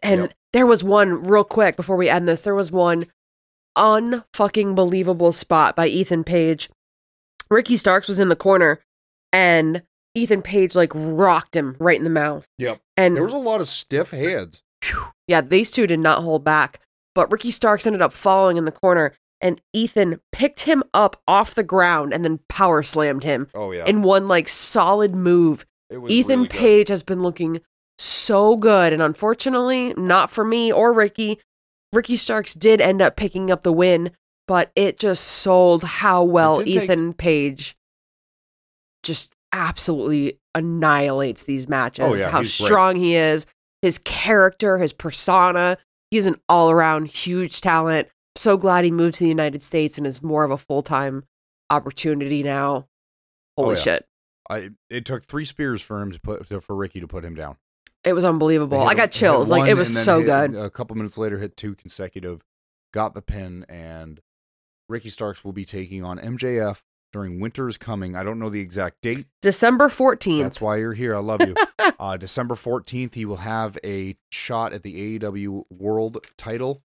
S1: and
S2: yep.
S1: there was one real quick before we end this. There was one unfucking believable spot by Ethan Page. Ricky Starks was in the corner, and Ethan Page like rocked him right in the mouth.
S2: Yep.
S1: And
S2: There was a lot of stiff heads.
S1: yeah, these two did not hold back. But Ricky Starks ended up falling in the corner, and Ethan picked him up off the ground and then power slammed him
S2: Oh yeah.
S1: in one like solid move.
S2: It was
S1: Ethan
S2: really good.
S1: Page has been looking so good, and unfortunately, not for me or Ricky. Ricky Starks did end up picking up the win, but it just sold how well
S2: It did take-
S1: Ethan Page just absolutely annihilates these matches.
S2: Oh, yeah,
S1: how
S2: he's great.
S1: strong he is, his character, his persona. He's an all around huge talent. So glad he moved to the United States and is more of a full time opportunity now.
S2: Oh,
S1: Holy
S2: yeah.
S1: shit.
S2: I, it took three spears for him to put to, for Ricky to put him down.
S1: It was unbelievable.
S2: They hit
S1: I got
S2: hit
S1: chills. Like it
S2: one
S1: was
S2: and then
S1: so
S2: hit-
S1: good.
S2: A couple minutes later, hit two consecutive, got the pin, and Ricky Starks will be taking on MJF during Winter is Coming. I don't know the exact date.
S1: December 14th.
S2: That's why you're here. I love you. uh, December 14th, he will have a shot at the AEW World title.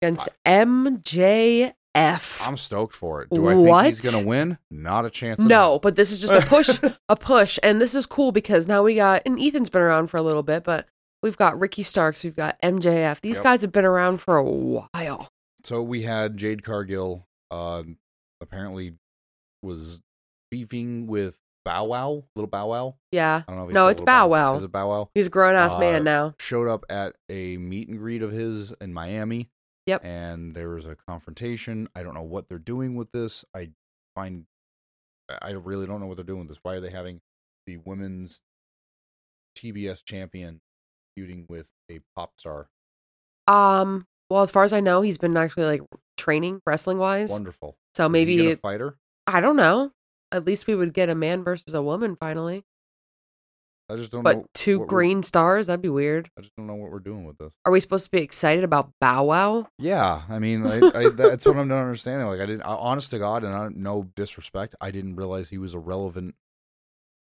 S1: against MJF.
S2: I'm stoked for it. Do I think he's
S1: What?
S2: going to win? Not a chance. at
S1: no,
S2: all.
S1: but this is just a push, a push. And this is cool because now we got, and Ethan's been around for a little bit, but we've got Ricky Starks, we've got MJF. These
S2: Yep.
S1: guys have been around for a while.
S2: So we had Jade Cargill uh, apparently was beefing with Bow Wow, little Bow Wow.
S1: Yeah.
S2: I don't know. If he's
S1: No,
S2: still
S1: it's
S2: Lil
S1: Bow Wow.
S2: Is it Bow Wow?
S1: He's a grown ass
S2: Uh,
S1: man now.
S2: Showed up at a meet and greet of his in Miami.
S1: Yep.
S2: And there was a confrontation. I don't know what they're doing with this. I find I I really don't know what they're doing with this. Why are they having the women's TBS champion feuding with a pop star?
S1: Um, well, as far as I know, he's been actually like training wrestling wise.
S2: Wonderful.
S1: So
S2: Is he
S1: maybe,
S2: gonna fight her.
S1: I don't know. At least we would get a man versus a woman finally.
S2: I just don't know.
S1: But two
S2: what we're-
S1: green stars, that'd be weird.
S2: I just don't know what we're doing with this.
S1: Are we supposed to be excited about Bow Wow?
S2: Yeah, I mean, I, I, that's what I'm not understanding. Like, I didn't, uh, I- honest to God, and I, no disrespect, I didn't realize he was a relevant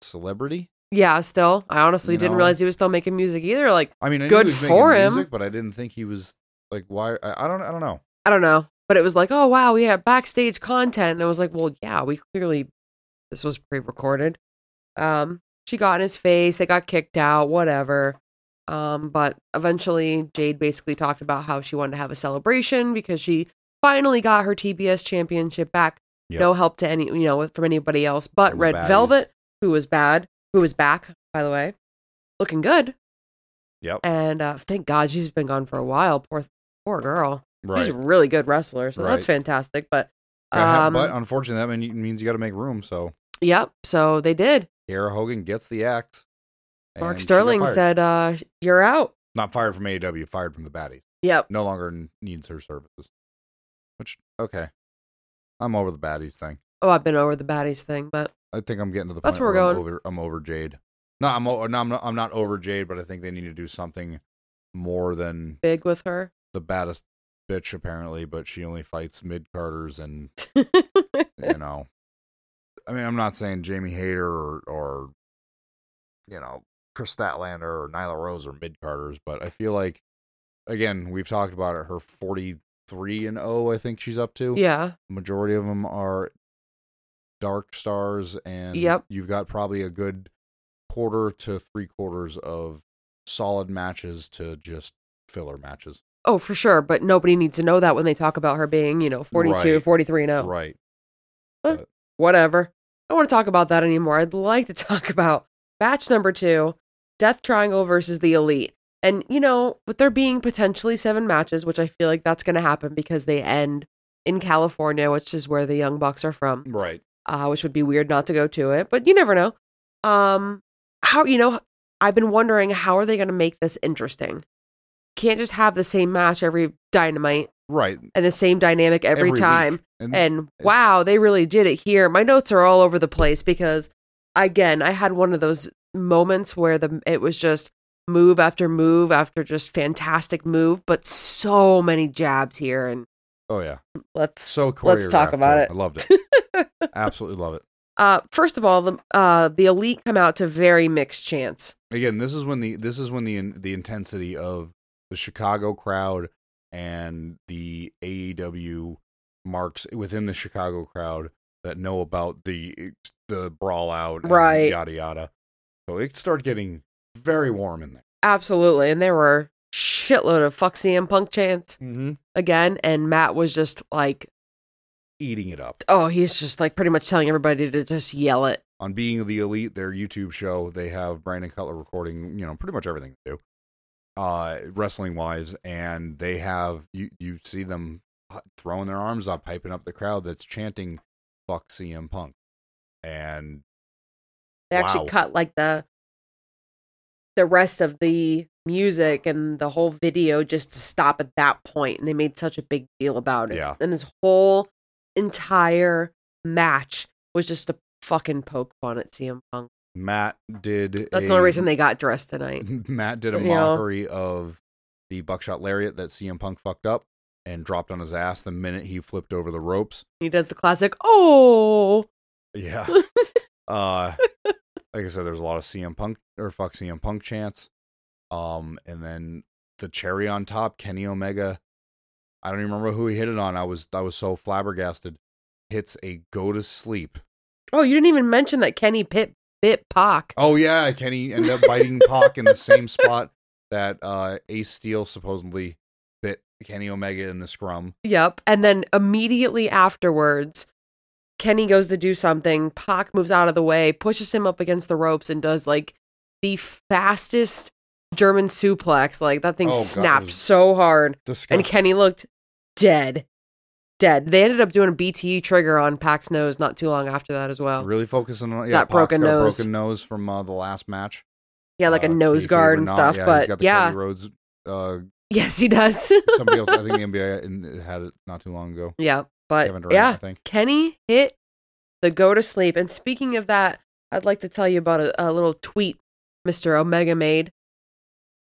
S2: celebrity.
S1: yeah, still, I honestly
S2: You
S1: didn't
S2: know?
S1: realize he was still making music either. Like,
S2: I mean, I knew
S1: Good
S2: he was
S1: for
S2: making
S1: him.
S2: music, but I didn't think he was like why. I, I don't. I don't know.
S1: I don't know, but it was like, oh wow, we have backstage content, and I was like, well, yeah, we clearly this was pre-recorded. Um, she got in his face, they got kicked out, whatever. Um, but eventually, Jade basically talked about how she wanted to have a celebration because she finally got her TBS championship back.
S2: Yep.
S1: No help to any, you know, from anybody else but
S2: From the
S1: Red
S2: baddies.
S1: Velvet, who was bad, who was back, by the way, looking good.
S2: Yep.
S1: And uh, thank God she's been gone for a while. Poor, poor girl. She's
S2: Right.
S1: a really good wrestler, so that's
S2: Right.
S1: fantastic. But
S2: Yeah,
S1: um,
S2: but unfortunately, that mean- means you got to make room. So
S1: yep, so they did.
S2: Kara Hogan gets the axe. and
S1: Mark
S2: she got
S1: Sterling
S2: fired.
S1: said, uh, "You're out."
S2: not fired from AEW, fired from the baddies.
S1: Yep.
S2: No longer n- needs her services. Which okay, I'm over the baddies thing.
S1: Oh, I've been over the baddies thing, but
S2: I think I'm getting to the
S1: That's
S2: point
S1: where we're
S2: I'm
S1: going.
S2: over, I'm over Jade. No, I'm o- no, I'm not, I'm not over Jade, but I think they need to do something more than
S1: big with her.
S2: the baddest bitch apparently. But she only fights mid carters, and you know, I mean, I'm not saying Jamie Hayter or, or you know Chris Statlander or Nyla Rose or mid carters, but I feel like again we've talked about it. Her 43 and 0, I think she's up to.
S1: yeah.
S2: majority of them are dark stars and
S1: Yep.
S2: you've got probably a good quarter to three quarters of solid matches to just filler matches
S1: Oh, for sure. But nobody needs to know that when they talk about her being, you know, 42,
S2: Right.
S1: 43 and oh. 0.
S2: right
S1: Whatever. I don't want to talk about that anymore. I'd like to talk about batch number two, Death Triangle versus the Elite. And, you know, with there being potentially seven matches, which I feel like that's going to happen because they end in California, which is where the Young Bucks are from
S2: right
S1: uh, which would be weird not to go to it, but you never know. Um, how you know? I've been wondering how are they going to make this interesting? Can't just have the same match every dynamite
S2: right
S1: and the same dynamic every,
S2: week.
S1: time.
S2: and,
S1: And wow, they really did it here. My notes are all over the place because again, I had one of those moments where the it was just move after move after just fantastic move, but so many jabs here and
S2: oh yeah
S1: let's
S2: so
S1: Let's talk
S2: choreographed,
S1: about
S2: too.
S1: it.
S2: i loved it absolutely love it
S1: Uh, first of all, the uh, the elite come out to very mixed chants.
S2: again this is when the this is when the in- the intensity of the chicago crowd and the aew marks within the chicago crowd that know about the the brawl out and
S1: Right.
S2: yada yada so it started getting very warm in there
S1: Absolutely, and there were shitload of fuck CM Punk chants
S2: mm-hmm.
S1: again. And Matt was just like,
S2: eating it up
S1: oh, he's just like pretty much telling everybody to just yell it.
S2: on being the elite their youtube show they have brandon cutler recording you know pretty much everything they do uh wrestling wise and they have you you see them uh, throwing their arms up hyping up the crowd that's chanting fuck cm punk and
S1: They actually
S2: Wow.
S1: cut like the the rest of the music and the whole video just to stop at that point, and they made such a big deal about it.
S2: Yeah.
S1: And this whole entire match was just a fucking poke fun at CM Punk.
S2: matt did
S1: That's
S2: a,
S1: the only reason they got dressed tonight.
S2: Mm-hmm. matt did a
S1: You know.
S2: mockery of the buckshot lariat that cm punk fucked up and dropped on his ass the minute he flipped over the ropes
S1: He does the classic, oh,
S2: Yeah. uh like I said, there's a lot of CM Punk or fuck CM Punk chants. Um, and then the cherry on top, Kenny Omega. I don't even remember who he hit it on. I was I was so flabbergasted. Hits a go to sleep.
S1: oh, you didn't even mention that Kenny Pitt bit Pac.
S2: Oh yeah, Kenny ended up biting Pac in the same spot that uh Ace Steel supposedly bit Kenny Omega in the scrum.
S1: Yep. And then immediately afterwards, Kenny goes to do something. Pac moves out of the way, pushes him up against the ropes, and does like the fastest German suplex. Like that thing
S2: Oh, God, it
S1: snapped
S2: was
S1: so hard.
S2: Disgusting.
S1: And Kenny looked dead. Dead. They ended up doing a BTE trigger on Pac's nose not too long after that as well.
S2: really focusing on yeah,
S1: That
S2: Pac's
S1: broken
S2: got a
S1: nose.
S2: broken nose from uh, the last match.
S1: Yeah, like a
S2: Uh,
S1: nose
S2: kayfabe
S1: guard
S2: or
S1: and
S2: not,
S1: stuff.
S2: Yeah, he's
S1: but
S2: got the
S1: yeah.
S2: Cody Rhodes uh,
S1: Yes, he does.
S2: somebody else. I think the NBA uh, in- had it not too long ago.
S1: yeah, but
S2: Kevin Durant, I
S1: yeah,
S2: think.
S1: Kenny hit the go to sleep. And speaking of that, I'd like to tell you about a, a little tweet Mr. Omega made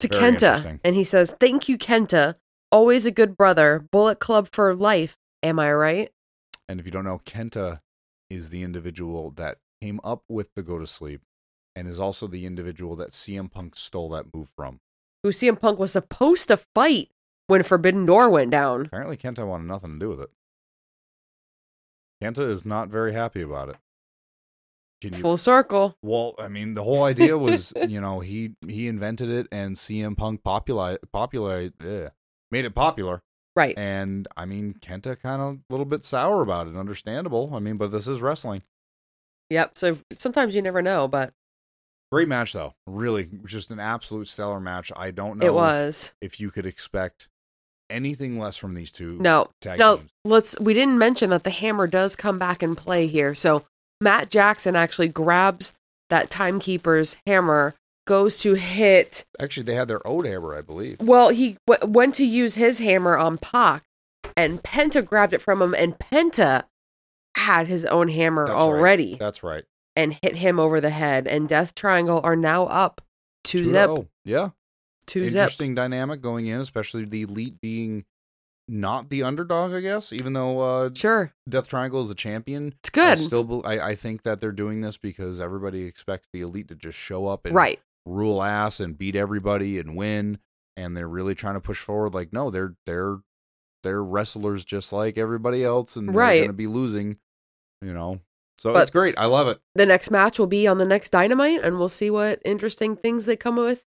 S1: to
S2: Very
S1: Kenta,
S2: interesting.
S1: and he says, "Thank you, Kenta. Always a good brother. Bullet Club for life. Am I right?
S2: And if you don't know, Kenta is the individual that came up with the go to sleep and is also the individual that CM Punk stole that move from.
S1: Who CM Punk was supposed to fight when Forbidden Door went down.
S2: Apparently, Kenta wanted nothing to do with it. Kenta is not very happy about it. Can you-
S1: Full circle.
S2: well, I mean, the whole idea was, you know, he he invented it, and CM Punk popularized popular ugh, made it popular.
S1: Right.
S2: And I mean, Kenta kind of a little bit sour about it. Understandable. I mean, but this is wrestling.
S1: Yep. So sometimes you never know, but
S2: Great match though. Really, just an absolute stellar match. I don't know
S1: it was.
S2: if you could expect anything less from these two.
S1: No.
S2: Tag
S1: No,
S2: teams.
S1: let's we didn't mention that the hammer does come back and play here. So Matt Jackson actually grabs that timekeeper's hammer, goes to hit
S2: Actually, they had their old hammer, I believe.
S1: Well, he w- went to use his hammer on Pac, and Penta grabbed it from him, and Penta had his own hammer
S2: That's right.
S1: already
S2: That's right.
S1: and hit him over the head. And Death Triangle are now up two,
S2: Two to
S1: zip,
S2: oh. Yeah.
S1: two zip.
S2: Interesting dynamic going in, especially the elite being not the underdog, I guess. Even though uh,
S1: Sure,
S2: Death Triangle is the champion,
S1: it's
S2: I
S1: good,
S2: still, bel I, I think that they're doing this because everybody expects the elite to just show up and
S1: right?
S2: rule ass and beat everybody and win. And they're really trying to push forward. Like, no, they're they're they're wrestlers just like everybody else, and
S1: Right.
S2: they're going to be losing. You know, so
S1: But-
S2: it's great. I love it.
S1: The next match will be on the next Dynamite, and we'll see what interesting things they come with,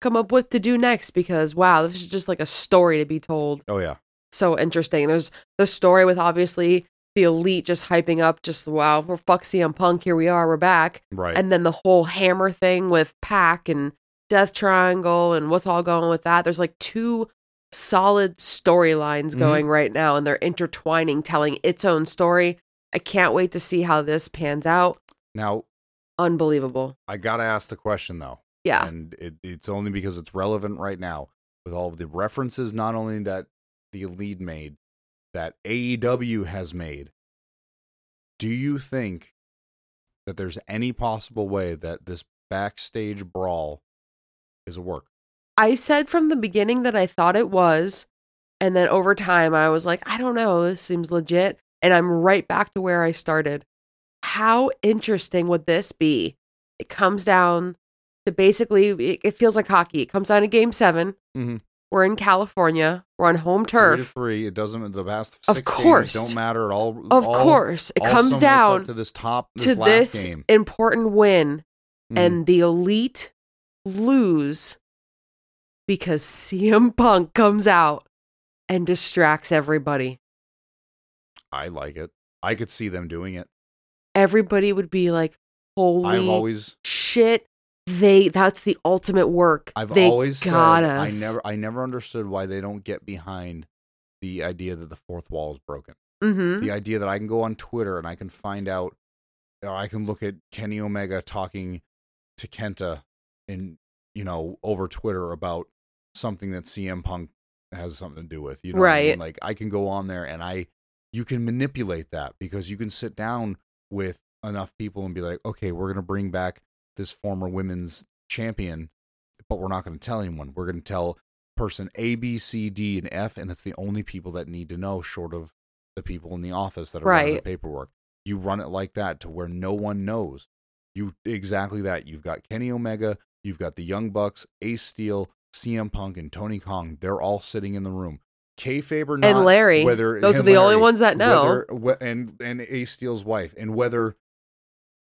S1: come up with to do next. Because wow, this is just like a story to be told.
S2: Oh yeah,
S1: so interesting. There's the story with obviously the elite just hyping up, just wow, we're fuck CM Punk, here we are, we're back.
S2: right.
S1: And then the whole hammer thing with Pac and Death Triangle and what's all going with that. There's like two solid storylines
S2: Mhm.
S1: going right now, and they're intertwining, telling its own story. I can't wait to see how this pans out.
S2: now
S1: Unbelievable.
S2: I gotta ask the question though.
S1: Yeah.
S2: and it, it's only because it's relevant right now with all of the references not only that the lead made that AEW has made do you think that there's any possible way that this backstage brawl is a work
S1: I said from the beginning that I thought it was. And then over time, I was like, I don't know, this seems legit. And I'm right back to where I started. How interesting would this be? It comes down to basically, it, it feels like hockey. It comes down to game seven.
S2: Mhm.
S1: We're in California, we're on home
S2: Three to
S1: turf.
S2: three it doesn't the past
S1: Of
S2: six
S1: course.
S2: games don't matter at all
S1: Of
S2: all-
S1: course, it
S2: all
S1: comes
S2: summates
S1: down
S2: up to this top this
S1: to
S2: last
S1: this
S2: game
S1: important win,
S2: Mhm.
S1: and the elite lose because CM Punk comes out and distracts everybody.
S2: i like it i could see them doing it
S1: everybody would be like,
S2: i've
S1: "Holy
S2: always
S1: shit!" They that's the ultimate work.
S2: I've
S1: they
S2: always
S1: got
S2: said
S1: us.
S2: I never I never understood why they don't get behind the idea that the fourth wall is broken.
S1: Mm-hmm.
S2: The idea that I can go on Twitter and I can find out or I can look at Kenny Omega talking to Kenta in you know over Twitter about something that CM Punk has something to do with, you know. what I mean?
S1: Right.
S2: Like I can go on there and I you can manipulate that because you can sit down with enough people and be like, "Okay, we're going to bring back this former women's champion, but we're not going to tell anyone. We're going to tell person A, B, C, D, and F, and that's the only people that need to know, short of the people in the office that are running the
S1: Right.
S2: paperwork. You run it like that to where no one knows. You exactly that. You've got Kenny Omega, you've got the Young Bucks, Ace Steel, CM Punk, and Tony Kong. They're all sitting in the room. Kayfabe or not,
S1: Larry.
S2: whether
S1: Those
S2: and
S1: are the only
S2: Larry,
S1: ones that know.
S2: whether- whe- and and Ace Steel's wife, and whether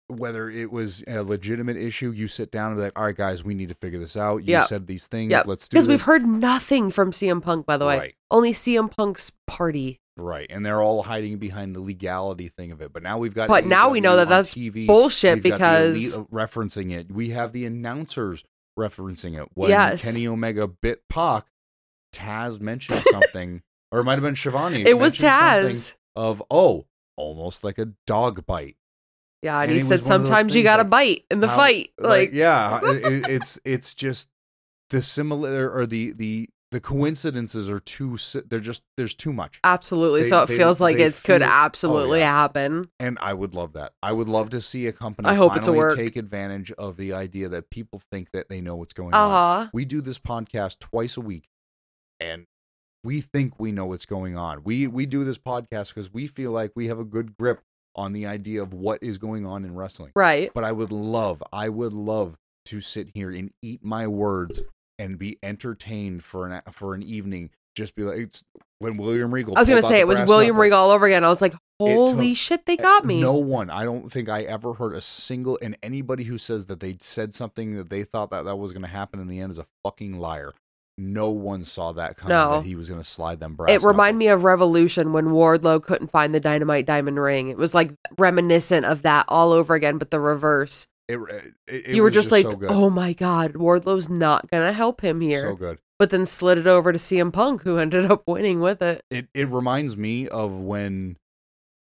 S2: whether it was a legitimate issue, you sit down and be like, all right, guys, we need to figure this out. You
S1: Yep.
S2: said these things.
S1: Yep.
S2: Let's do
S1: Because we've
S2: this."
S1: heard nothing from CM Punk, by the way.
S2: Right.
S1: Only CM Punk's party.
S2: Right, and they're all hiding behind the legality thing of it. But now we've got.
S1: But now we know that
S2: on
S1: that's
S2: TV.
S1: bullshit
S2: We've got the elite
S1: because-
S2: referencing it, we have the announcers referencing it. When
S1: Yes.
S2: Kenny Omega bit Pac, Taz mentioned something, or it might have been Shivani.
S1: It was
S2: mentioned something
S1: Taz.
S2: of oh, almost like a dog bite.
S1: Yeah, and,
S2: and
S1: he
S2: it
S1: said
S2: was one of those
S1: sometimes you
S2: things
S1: got to
S2: like,
S1: bite in the
S2: How-
S1: fight. Like,
S2: yeah, it, it- it's it's just the similar or the the the coincidences are too. si- They're just there's too much.
S1: absolutely.
S2: They-
S1: so it
S2: they-
S1: feels like
S2: they
S1: it could
S2: feel- oh,
S1: absolutely
S2: yeah.
S1: happen.
S2: And I would love that. I would love to see a company
S1: I hope it's a
S2: finally
S1: work.
S2: take advantage of the idea that people think that they know what's going on.
S1: Uh huh.
S2: We do this podcast twice a week and we think we know what's going on. We we do this podcast because we feel like we have a good grip on the idea of what is going on in wrestling.
S1: Right.
S2: But I would love, I would love to sit here and eat my words and be entertained for an for an evening. Just be like it's when William Regal.
S1: I was gonna
S2: pulled
S1: say
S2: out the
S1: it was
S2: brass
S1: William
S2: knuckles.
S1: Regal all over again. I was like, holy
S2: took-
S1: shit, they got me.
S2: No one. I don't think I ever heard a single. And anybody who says that they said something that they thought that that was going to happen in the end is a fucking liar. No one saw that coming.
S1: No.
S2: That he was going to slide them brass.
S1: it reminded me of Revolution when Wardlow couldn't find the dynamite diamond ring. It was like reminiscent of that all over again, but the reverse.
S2: knuckles. It, it- it
S1: you were
S2: was
S1: just, like,
S2: so good.
S1: oh my God, Wardlow's not going to help him here.
S2: so good.
S1: but then slid it over to CM Punk, who ended up winning with it.
S2: It it reminds me of when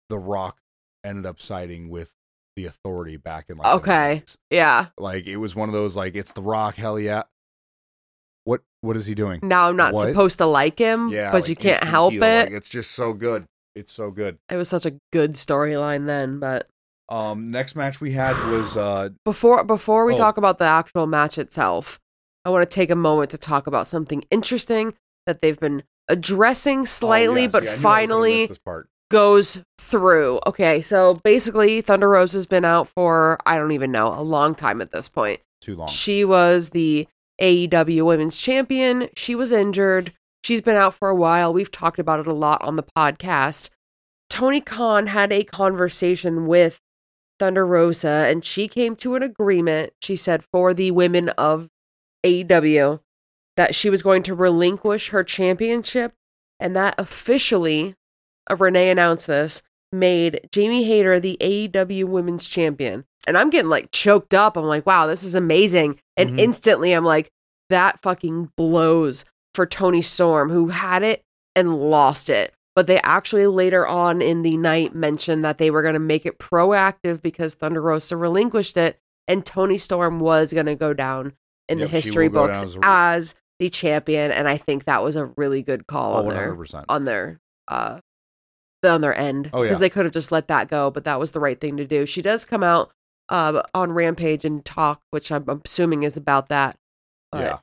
S2: The Rock ended up siding with the Authority back in like the
S1: Okay.
S2: 90s.
S1: Yeah.
S2: like it was one of those like it's The Rock, hell yeah. What what is he doing?
S1: Now I'm not
S2: What?
S1: supposed to like him,
S2: yeah,
S1: Mm-hmm. but
S2: like
S1: you can't
S2: instant
S1: help
S2: heel,
S1: it.
S2: like, it's just so good. It's so good.
S1: it was such a good storyline then, but
S2: Um, next match we had was uh,
S1: before before we
S2: Oh.
S1: talk about the actual match itself, I want to take a moment to talk about something interesting that they've been addressing slightly,
S2: oh, yes,
S1: but
S2: yeah, I knew I was gonna
S1: finally
S2: miss this part.
S1: goes through. Okay, so basically, Thunder Rose has been out for I don't even know a long time at this point.
S2: too long.
S1: She was the AEW Women's Champion. She was injured. She's been out for a while. We've talked about it a lot on the podcast. Tony Khan had a conversation with Thunder Rosa and she came to an agreement, she said, for the women of E AEW that she was going to relinquish her championship. And that officially, uh, Renee announced this, made Jamie Hayter the AEW Women's Champion. And I'm getting like choked up. I'm like, wow, this is amazing. And
S2: Mhm.
S1: instantly I'm like, that fucking blows for Tony Storm, who had it and lost it. But they actually later on in the night mentioned that they were going to make it proactive because Thunder Rosa relinquished it and Tony Storm was going to go down in
S2: Yep,
S1: the
S2: she
S1: history
S2: will go
S1: books
S2: down as
S1: as,
S2: a-
S1: the champion. And I think that was a really good call
S2: Oh,
S1: on,
S2: one hundred
S1: their,
S2: percent.
S1: on their uh, on their end because
S2: Oh, yeah.
S1: they could have just let that go, but that was the right thing to do. She does come out uh, on Rampage and talk, which I'm assuming is about that. But
S2: Yeah,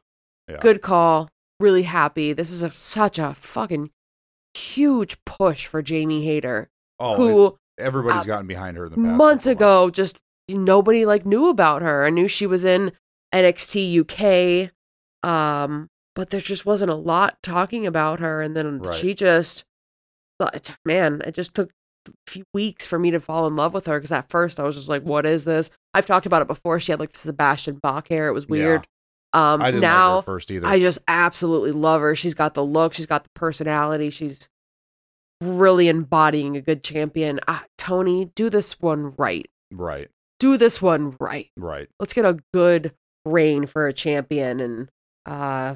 S2: Yeah.
S1: good call. Really happy. This is a, such a fucking huge push for Jamie Hayter,
S2: oh, it-
S1: who
S2: everybody's
S1: uh,
S2: gotten behind her in the past
S1: months
S2: couple months.
S1: ago just nobody like knew about her. I knew she was in NXT UK, um, but there just wasn't a lot talking about her. And then
S2: Right.
S1: she just, but, man, it just took a few weeks for me to fall in love with her because at first I was just like, "What is this?" I've talked about it before. She had like Sebastian Bach hair. It was weird. Um,
S2: I didn't
S1: now
S2: like her first either.
S1: I just absolutely love her. She's got the look, she's got the personality, she's really embodying a good champion. Ah, Tony, do this one right.
S2: right,
S1: Do this one right.
S2: right.
S1: Let's get a good reign for a champion. And uh,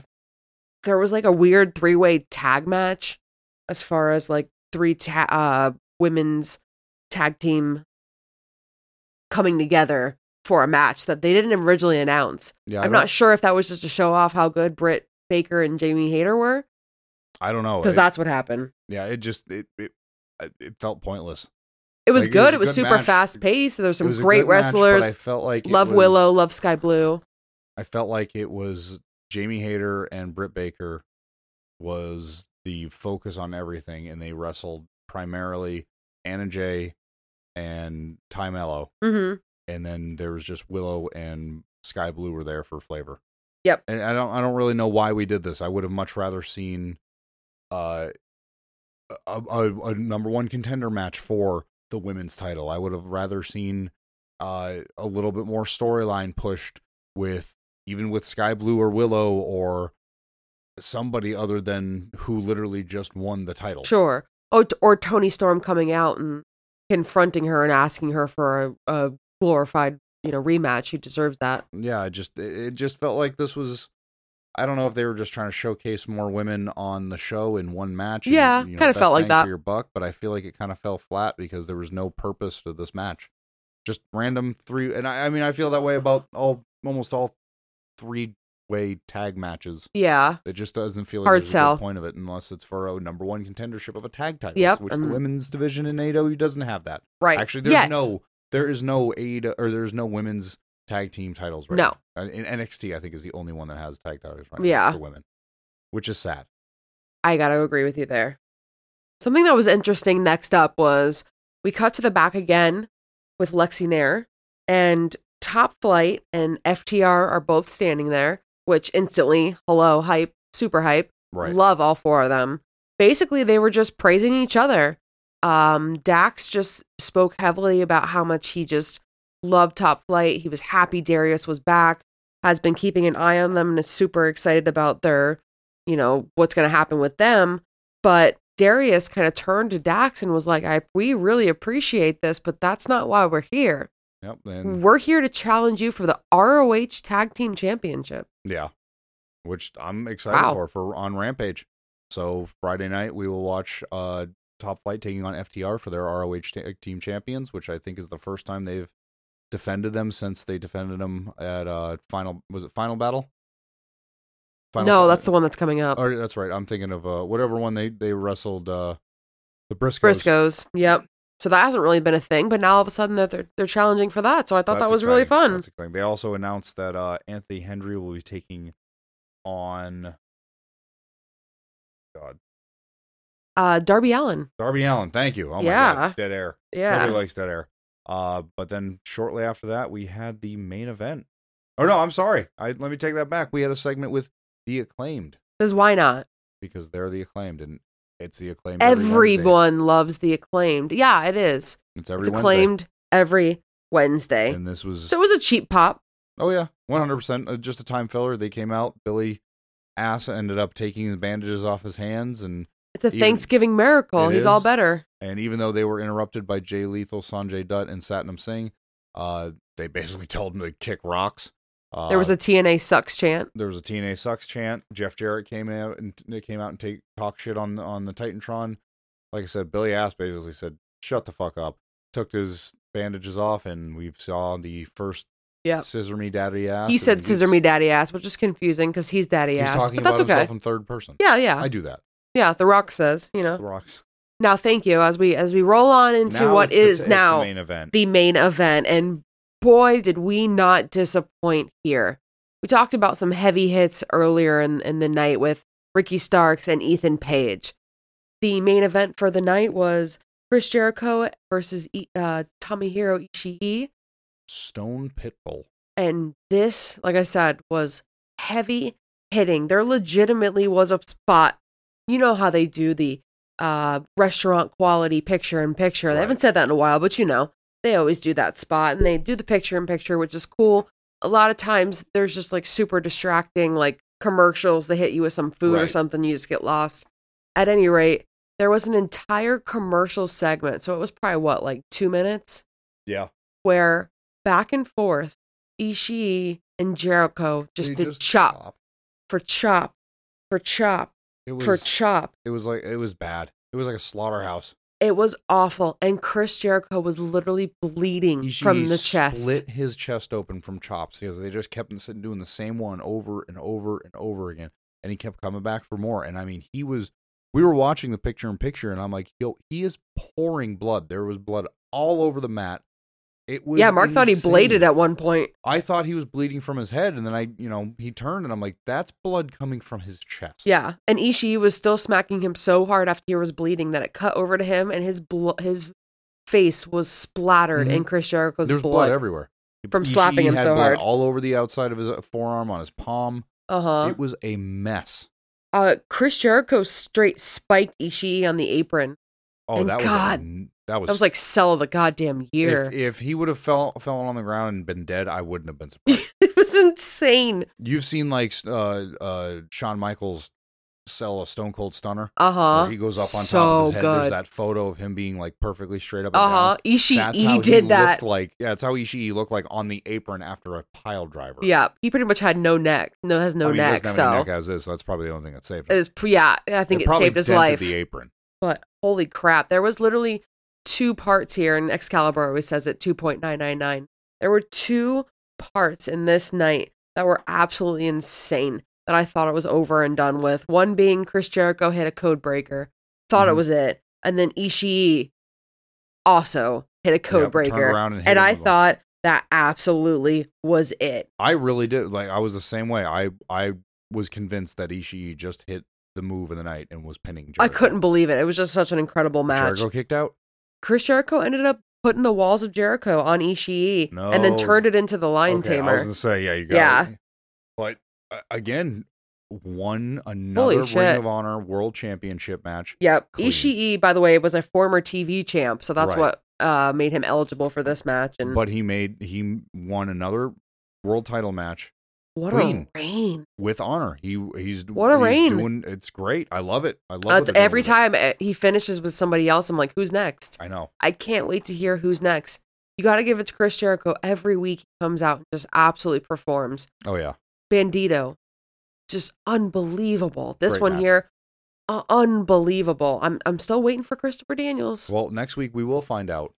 S1: there was like a weird three way tag match as far as like three ta- uh, women's tag team coming together for a match that they didn't originally announce.
S2: Yeah, I
S1: I'm
S2: don't-
S1: not sure if that was just to show off how good Britt Baker and Jamie Hayter were,
S2: I don't know.
S1: because
S2: It-
S1: that's what happened.
S2: yeah, it just it it, it felt pointless.
S1: It was
S2: Like, it was
S1: good.
S2: a
S1: It was
S2: good
S1: super
S2: match.
S1: fast paced. There were
S2: It
S1: some
S2: was a
S1: great
S2: good match, but
S1: wrestlers.
S2: I felt like it
S1: love
S2: was-
S1: Willow. Love Sky Blue.
S2: I felt like it was Jamie Hayter and Britt Baker was the focus on everything, and they wrestled primarily Anna Jay and Ty Mello,
S1: hmm
S2: and then there was just Willow and Sky Blue were there for flavor.
S1: Yep.
S2: And I don't, I don't really know why we did this. I would have much rather seen, uh, a, a, a number one contender match for the women's title. I would have rather seen, uh, a little bit more storyline pushed with even with Sky Blue or Willow or somebody other than who literally just won the title.
S1: Sure. Oh, t- or Tony Storm coming out and confronting her and asking her for a, a glorified, you know, rematch. She deserves that.
S2: yeah, it just it it just felt like this was I don't know if they were just trying to showcase more women on the show in one match. and,
S1: Yeah,
S2: you know,
S1: kinda
S2: best
S1: felt like
S2: bang
S1: that.
S2: for your buck, but I feel like it kind of fell flat because there was no purpose to this match. Just random three, and I, I mean I feel that way about all almost all three way tag matches.
S1: Yeah.
S2: It just doesn't feel like
S1: Hard
S2: there's a
S1: sell.
S2: good point of it unless it's for a number one contendership of a tag title,
S1: Yep,
S2: which
S1: and-
S2: the women's division in AEW doesn't have that.
S1: Right.
S2: Actually, there's
S1: yeah.
S2: no there is no aid or there's no women's tag team titles right
S1: No.
S2: now. Uh, In NXT, I think is the only one that has tag titles right
S1: Yeah.
S2: now for women, which is sad.
S1: I gotta agree with you there. Something that was interesting next up was We cut to the back again with Lexi Nair, and Top Flight and FTR are both standing there, which instantly, hello, hype, super hype.
S2: Right.
S1: Love all four of them. Basically, they were just praising each other. Um, Dax just spoke heavily about how much he just loved Top Flight. He was happy Darius was back, has been keeping an eye on them, and is super excited about their, you know, what's going to happen with them. But Darius kind of turned to Dax and was like, I, We really appreciate this, but that's not why we're here.
S2: Yep. And
S1: We're here to challenge you for the ROH Tag Team Championship.
S2: yeah, which I'm excited
S1: Wow.
S2: for for on Rampage. So Friday night we will watch uh Top Flight taking on FTR for their ROH ta- team champions, which I think is the first time they've defended them since they defended them at uh final was it final battle?
S1: no, that's the one that's coming up.
S2: Or that's right. I'm thinking of uh whatever one they they wrestled uh the Briscoes.
S1: Briscoes. Yep. So that hasn't really been a thing, but now all of a sudden that they're they're challenging for that. So I thought
S2: That's
S1: that was really
S2: exciting.
S1: fun.
S2: That's exciting. They also announced that uh, Anthony Hendry will be taking on God
S1: Uh, Darby Allen.
S2: Darby Allen. Thank you. Oh my
S1: Yeah.
S2: God, dead air.
S1: Yeah.
S2: Nobody likes dead air. Uh, but then shortly after that, we had the main event. Oh no, I'm sorry. I let me take that back. We had a segment with the acclaimed
S1: Because why not?
S2: because they're the acclaimed and it's the acclaimed. every Wednesday.
S1: Everyone loves the acclaimed. Yeah, it is.
S2: It's every
S1: it's
S2: Wednesday.
S1: acclaimed every Wednesday.
S2: And this was
S1: so it was a cheap pop.
S2: Oh yeah, one hundred percent. Just a time filler. They came out. Billy ass ended up taking the bandages off his hands, and
S1: It's a
S2: Even-
S1: Thanksgiving miracle.
S2: It
S1: He's
S2: is.
S1: all better.
S2: and even though they were interrupted by Jay Lethal, Sanjay Dutt, and Satnam Singh, uh, they basically told him to kick rocks. Uh,
S1: There was a TNA sucks chant.
S2: there was a TNA sucks chant. Jeff Jarrett came out and they came out and take talk shit on the on the Titantron. Like I said, Billy Ass basically said, "Shut the fuck up." Took his bandages off, and we saw the first
S1: Yep.
S2: scissor me daddy ass.
S1: He
S2: and
S1: said
S2: we
S1: scissor
S2: just-
S1: me daddy ass, which is confusing because he's daddy
S2: He's
S1: ass.
S2: talking
S1: But that's
S2: about
S1: okay.
S2: himself in third person.
S1: Yeah, yeah.
S2: I do that.
S1: yeah, The Rock says, you know.
S2: The rocks.
S1: Now, thank you. As we as we roll on into
S2: Now
S1: what
S2: it's the-
S1: is
S2: it's
S1: now
S2: the main event?
S1: the main event, and boy, did we not disappoint here. We talked about some heavy hits earlier in, in the night with Ricky Starks and Ethan Page. The main event for the night was Chris Jericho versus E- uh, Tomohiro Ishii,
S2: Stone Pitbull.
S1: and this, like I said, was heavy hitting. There legitimately was a spot. You know how they do the uh, restaurant quality picture in picture. They
S2: Right.
S1: haven't said that in a while, but you know, they always do that spot and they do the picture in picture, which is cool. A lot of times there's just like super distracting, like commercials. They hit you with some food or
S2: Right.
S1: something, you just get lost. At any rate, there was an entire commercial segment. So it was probably what, like two minutes?
S2: Yeah.
S1: where back and forth, Ishii and Jericho just did chop for chop for chop
S2: It was
S1: for chop.
S2: it was like it was bad. It was like a slaughterhouse.
S1: It was awful, and Chris Jericho was literally bleeding from
S2: Ishii
S1: the chest.
S2: Split his chest open from chops because they just kept sitting doing the same one over and over and over again, and he kept coming back for more. And I mean, he was. We were watching the picture in picture, and I'm like, yo, he is pouring blood. There was blood all over the mat. It was
S1: Yeah, Mark thought he bladed
S2: insane.
S1: at one point.
S2: I thought he was bleeding from his head, and then I, you know, he turned, and I'm like, that's blood coming from his chest.
S1: Yeah, and Ishii was still smacking him so hard after he was bleeding that it cut over to him, and his blo- his face was splattered
S2: Mhm.
S1: in Chris Jericho's
S2: there's blood,
S1: blood.
S2: everywhere
S1: From slapping him
S2: had
S1: so
S2: blood
S1: hard.
S2: all over the outside of his uh, forearm, on his palm.
S1: Uh-huh.
S2: It was a mess.
S1: Uh Chris Jericho straight spiked Ishii on the apron.
S2: Oh,
S1: And
S2: that
S1: God,
S2: was a, that was
S1: That was like sell of the goddamn year.
S2: if, if he would have fell fallen on the ground and been dead, I wouldn't have been surprised.
S1: it was insane.
S2: You've seen like uh uh Shawn Michaels sell a Stone Cold Stunner.
S1: Uh huh.
S2: where he goes up on
S1: so
S2: top of his head.
S1: Good.
S2: There's that photo of him being like perfectly straight up. and
S1: Uh
S2: down.
S1: huh. Ishii
S2: That's how
S1: he
S2: he
S1: did
S2: looked
S1: that.
S2: Like yeah, that's how Ishii looked like on the apron after a pile driver.
S1: yeah, he pretty much had no neck. No, has no
S2: I mean,
S1: neck.
S2: He doesn't
S1: So
S2: have any neck as is, so that's probably the only thing that saved
S1: it
S2: him.
S1: was. pre- Yeah, I think it,
S2: probably
S1: saved his
S2: dented
S1: life.
S2: The apron.
S1: But holy crap, there was literally two parts here, and Excalibur always says it two point nine nine nine. There were two parts in this night that were absolutely insane that I thought it was over and done with. One being Chris Jericho hit a code breaker, thought it
S2: Mhm.
S1: was it, and then Ishii also hit a code
S2: Yep, turned
S1: breaker.
S2: around and hit
S1: and
S2: him
S1: I
S2: with one.
S1: thought that absolutely was it.
S2: I really did. Like I was the same way. I I was convinced that Ishii just hit the move of the night and was pinning. Jericho.
S1: I couldn't believe it. It was just such an incredible match.
S2: Jericho kicked out.
S1: Chris Jericho ended up putting the walls of Jericho on Ishii and then
S2: No.
S1: turned it into the lion
S2: Okay, I
S1: tamer.
S2: was gonna say, yeah, you got
S1: Yeah.
S2: it. But uh, again, won another Ring
S1: shit.
S2: of Honor World Championship match.
S1: Yep.
S2: Clean.
S1: Ishii, by the way, was a former TV champ, so that's
S2: Right.
S1: what uh, made him eligible for this match. And
S2: But he made he won another world title match
S1: what
S2: clean.
S1: a reign!
S2: with honor. He he's
S1: What a
S2: he's
S1: reign.
S2: Doing, it's great. I love it. I love what
S1: That's
S2: they're doing
S1: every
S2: with it.
S1: time it- he finishes with somebody else. I'm like, who's next?
S2: I know.
S1: I can't wait to hear who's next. You got to give it to Chris Jericho. Every week he comes out and just absolutely performs.
S2: Oh yeah.
S1: Bandito, just unbelievable. This
S2: Great
S1: one
S2: match.
S1: here, uh, unbelievable. I'm I'm still waiting for Christopher Daniels.
S2: Well, next week we will find out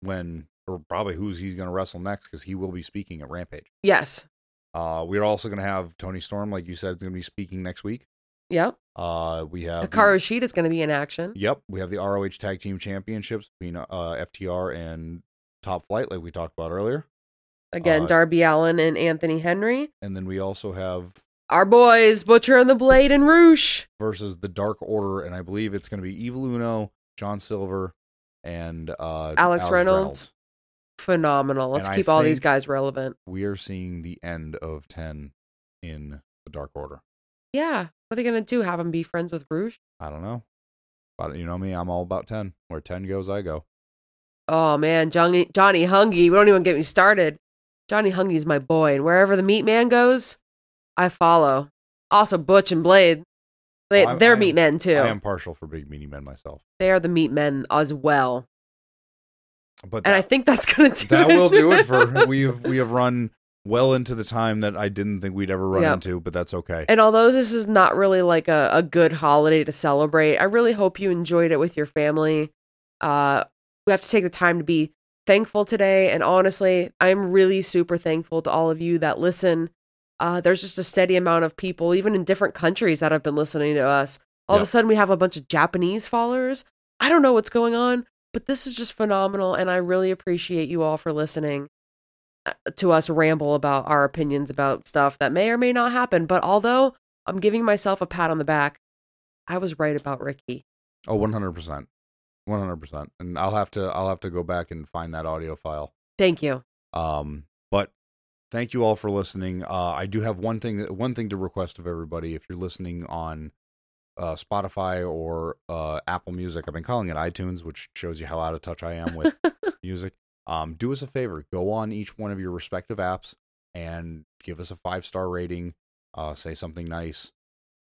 S2: when or probably who's he's going to wrestle next because he will be speaking at Rampage.
S1: yes.
S2: Uh, we're also going to have Tony Storm, like you said, is going to be speaking next week.
S1: Yep.
S2: Uh, we have the-
S1: Hikaru Shida is going to be in action.
S2: Yep, we have the ROH Tag Team Championships between uh, FTR and Top Flight, like we talked about earlier,
S1: Again,
S2: Uh,
S1: Darby Allen and Anthony Henry.
S2: and then we also have
S1: Our boys, Butcher and the Blade and Roosh.
S2: versus the Dark Order, and I believe it's going to be Evil Uno, John Silver, and uh,
S1: Alex Reynolds. Phenomenal. Let's
S2: And I
S1: keep all these
S2: think-
S1: guys relevant.
S2: We are seeing the end of ten in the Dark Order.
S1: Yeah. What are they going to do? Have them be friends with Roosh?
S2: I don't know, but you know me, I'm all about ten. Where ten goes, I go.
S1: Oh, man. Johnny, Johnny Hungy. We don't even get me started. Johnny Hungy's my boy. And wherever the meat man goes, I follow. Also, Butch and Blade. They,
S2: I'm-
S1: they're
S2: I am-
S1: meat men, too.
S2: I am partial for big meaty men myself,
S1: They are the meat men as well.
S2: but
S1: And I
S2: that-
S1: think that's going to do
S2: that
S1: it.
S2: will do it for we have we have run well into the time that I didn't think we'd ever run
S1: Yep.
S2: into, but that's okay.
S1: And although this is not really like a, a good holiday to celebrate, I really hope you enjoyed it with your family. Uh, we have to take the time to be thankful today. And honestly, I'm really super thankful to all of you that listen. Uh, there's just a steady amount of people, even in different countries, that have been listening to us. All of
S2: Yep.
S1: a sudden, we have a bunch of Japanese followers. I don't know what's going on, but this is just phenomenal. And I really appreciate you all for listening uh, to us ramble about our opinions about stuff that may or may not happen. But although I'm giving myself a pat on the back, I was right about Ricky.
S2: Oh, one hundred percent, one hundred percent. And I'll have to I'll have to go back and find that audio file.
S1: Thank you.
S2: Um, but thank you all for listening. Uh, I do have one thing one thing to request of everybody. If you're listening on uh, Spotify or uh, Apple Music, I've been calling it iTunes, which shows you how out of touch I am with music. Um, do us a favor: go on each one of your respective apps and give us a five star rating. Uh, say something nice.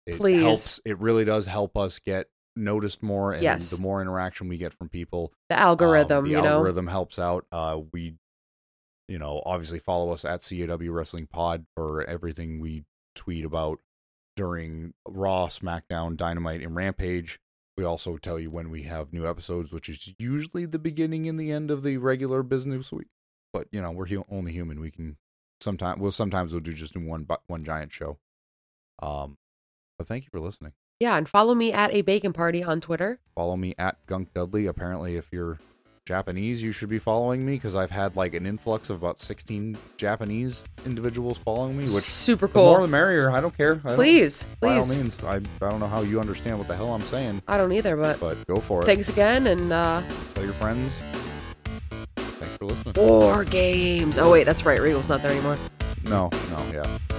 S2: It
S1: Please.
S2: helps. It really does help us get noticed more, and
S1: Yes.
S2: the more interaction we get from people,
S1: The
S2: um,
S1: algorithm,
S2: the
S1: you know.
S2: algorithm helps out. Uh, we, you know, obviously follow us at CAW Wrestling Pod for everything we tweet about during Raw, SmackDown, Dynamite, and Rampage. We also tell you when we have new episodes, which is usually the beginning and the end of the regular business week. But you know, we're hu- only human. We can sometimes we'll sometimes we'll do just one bu- one giant show. Um, but thank you for listening.
S1: Yeah, and follow me at a bacon party on Twitter.
S2: Follow me at Gunk Dudley. Apparently, if you're Japanese, you should be following me because I've had like an influx of about 16 Japanese individuals following me. Which
S1: Super
S2: the more
S1: cool.
S2: the merrier. I don't care. I don't-
S1: please,
S2: by
S1: please.
S2: all means, I, I don't know how you understand what the hell I'm saying,
S1: I don't either, but
S2: but go for
S1: thanks again and uh
S2: it. Tell your friends. Thanks for listening.
S1: war games. Oh wait, that's right. Regal's not there anymore.
S2: No, no, yeah.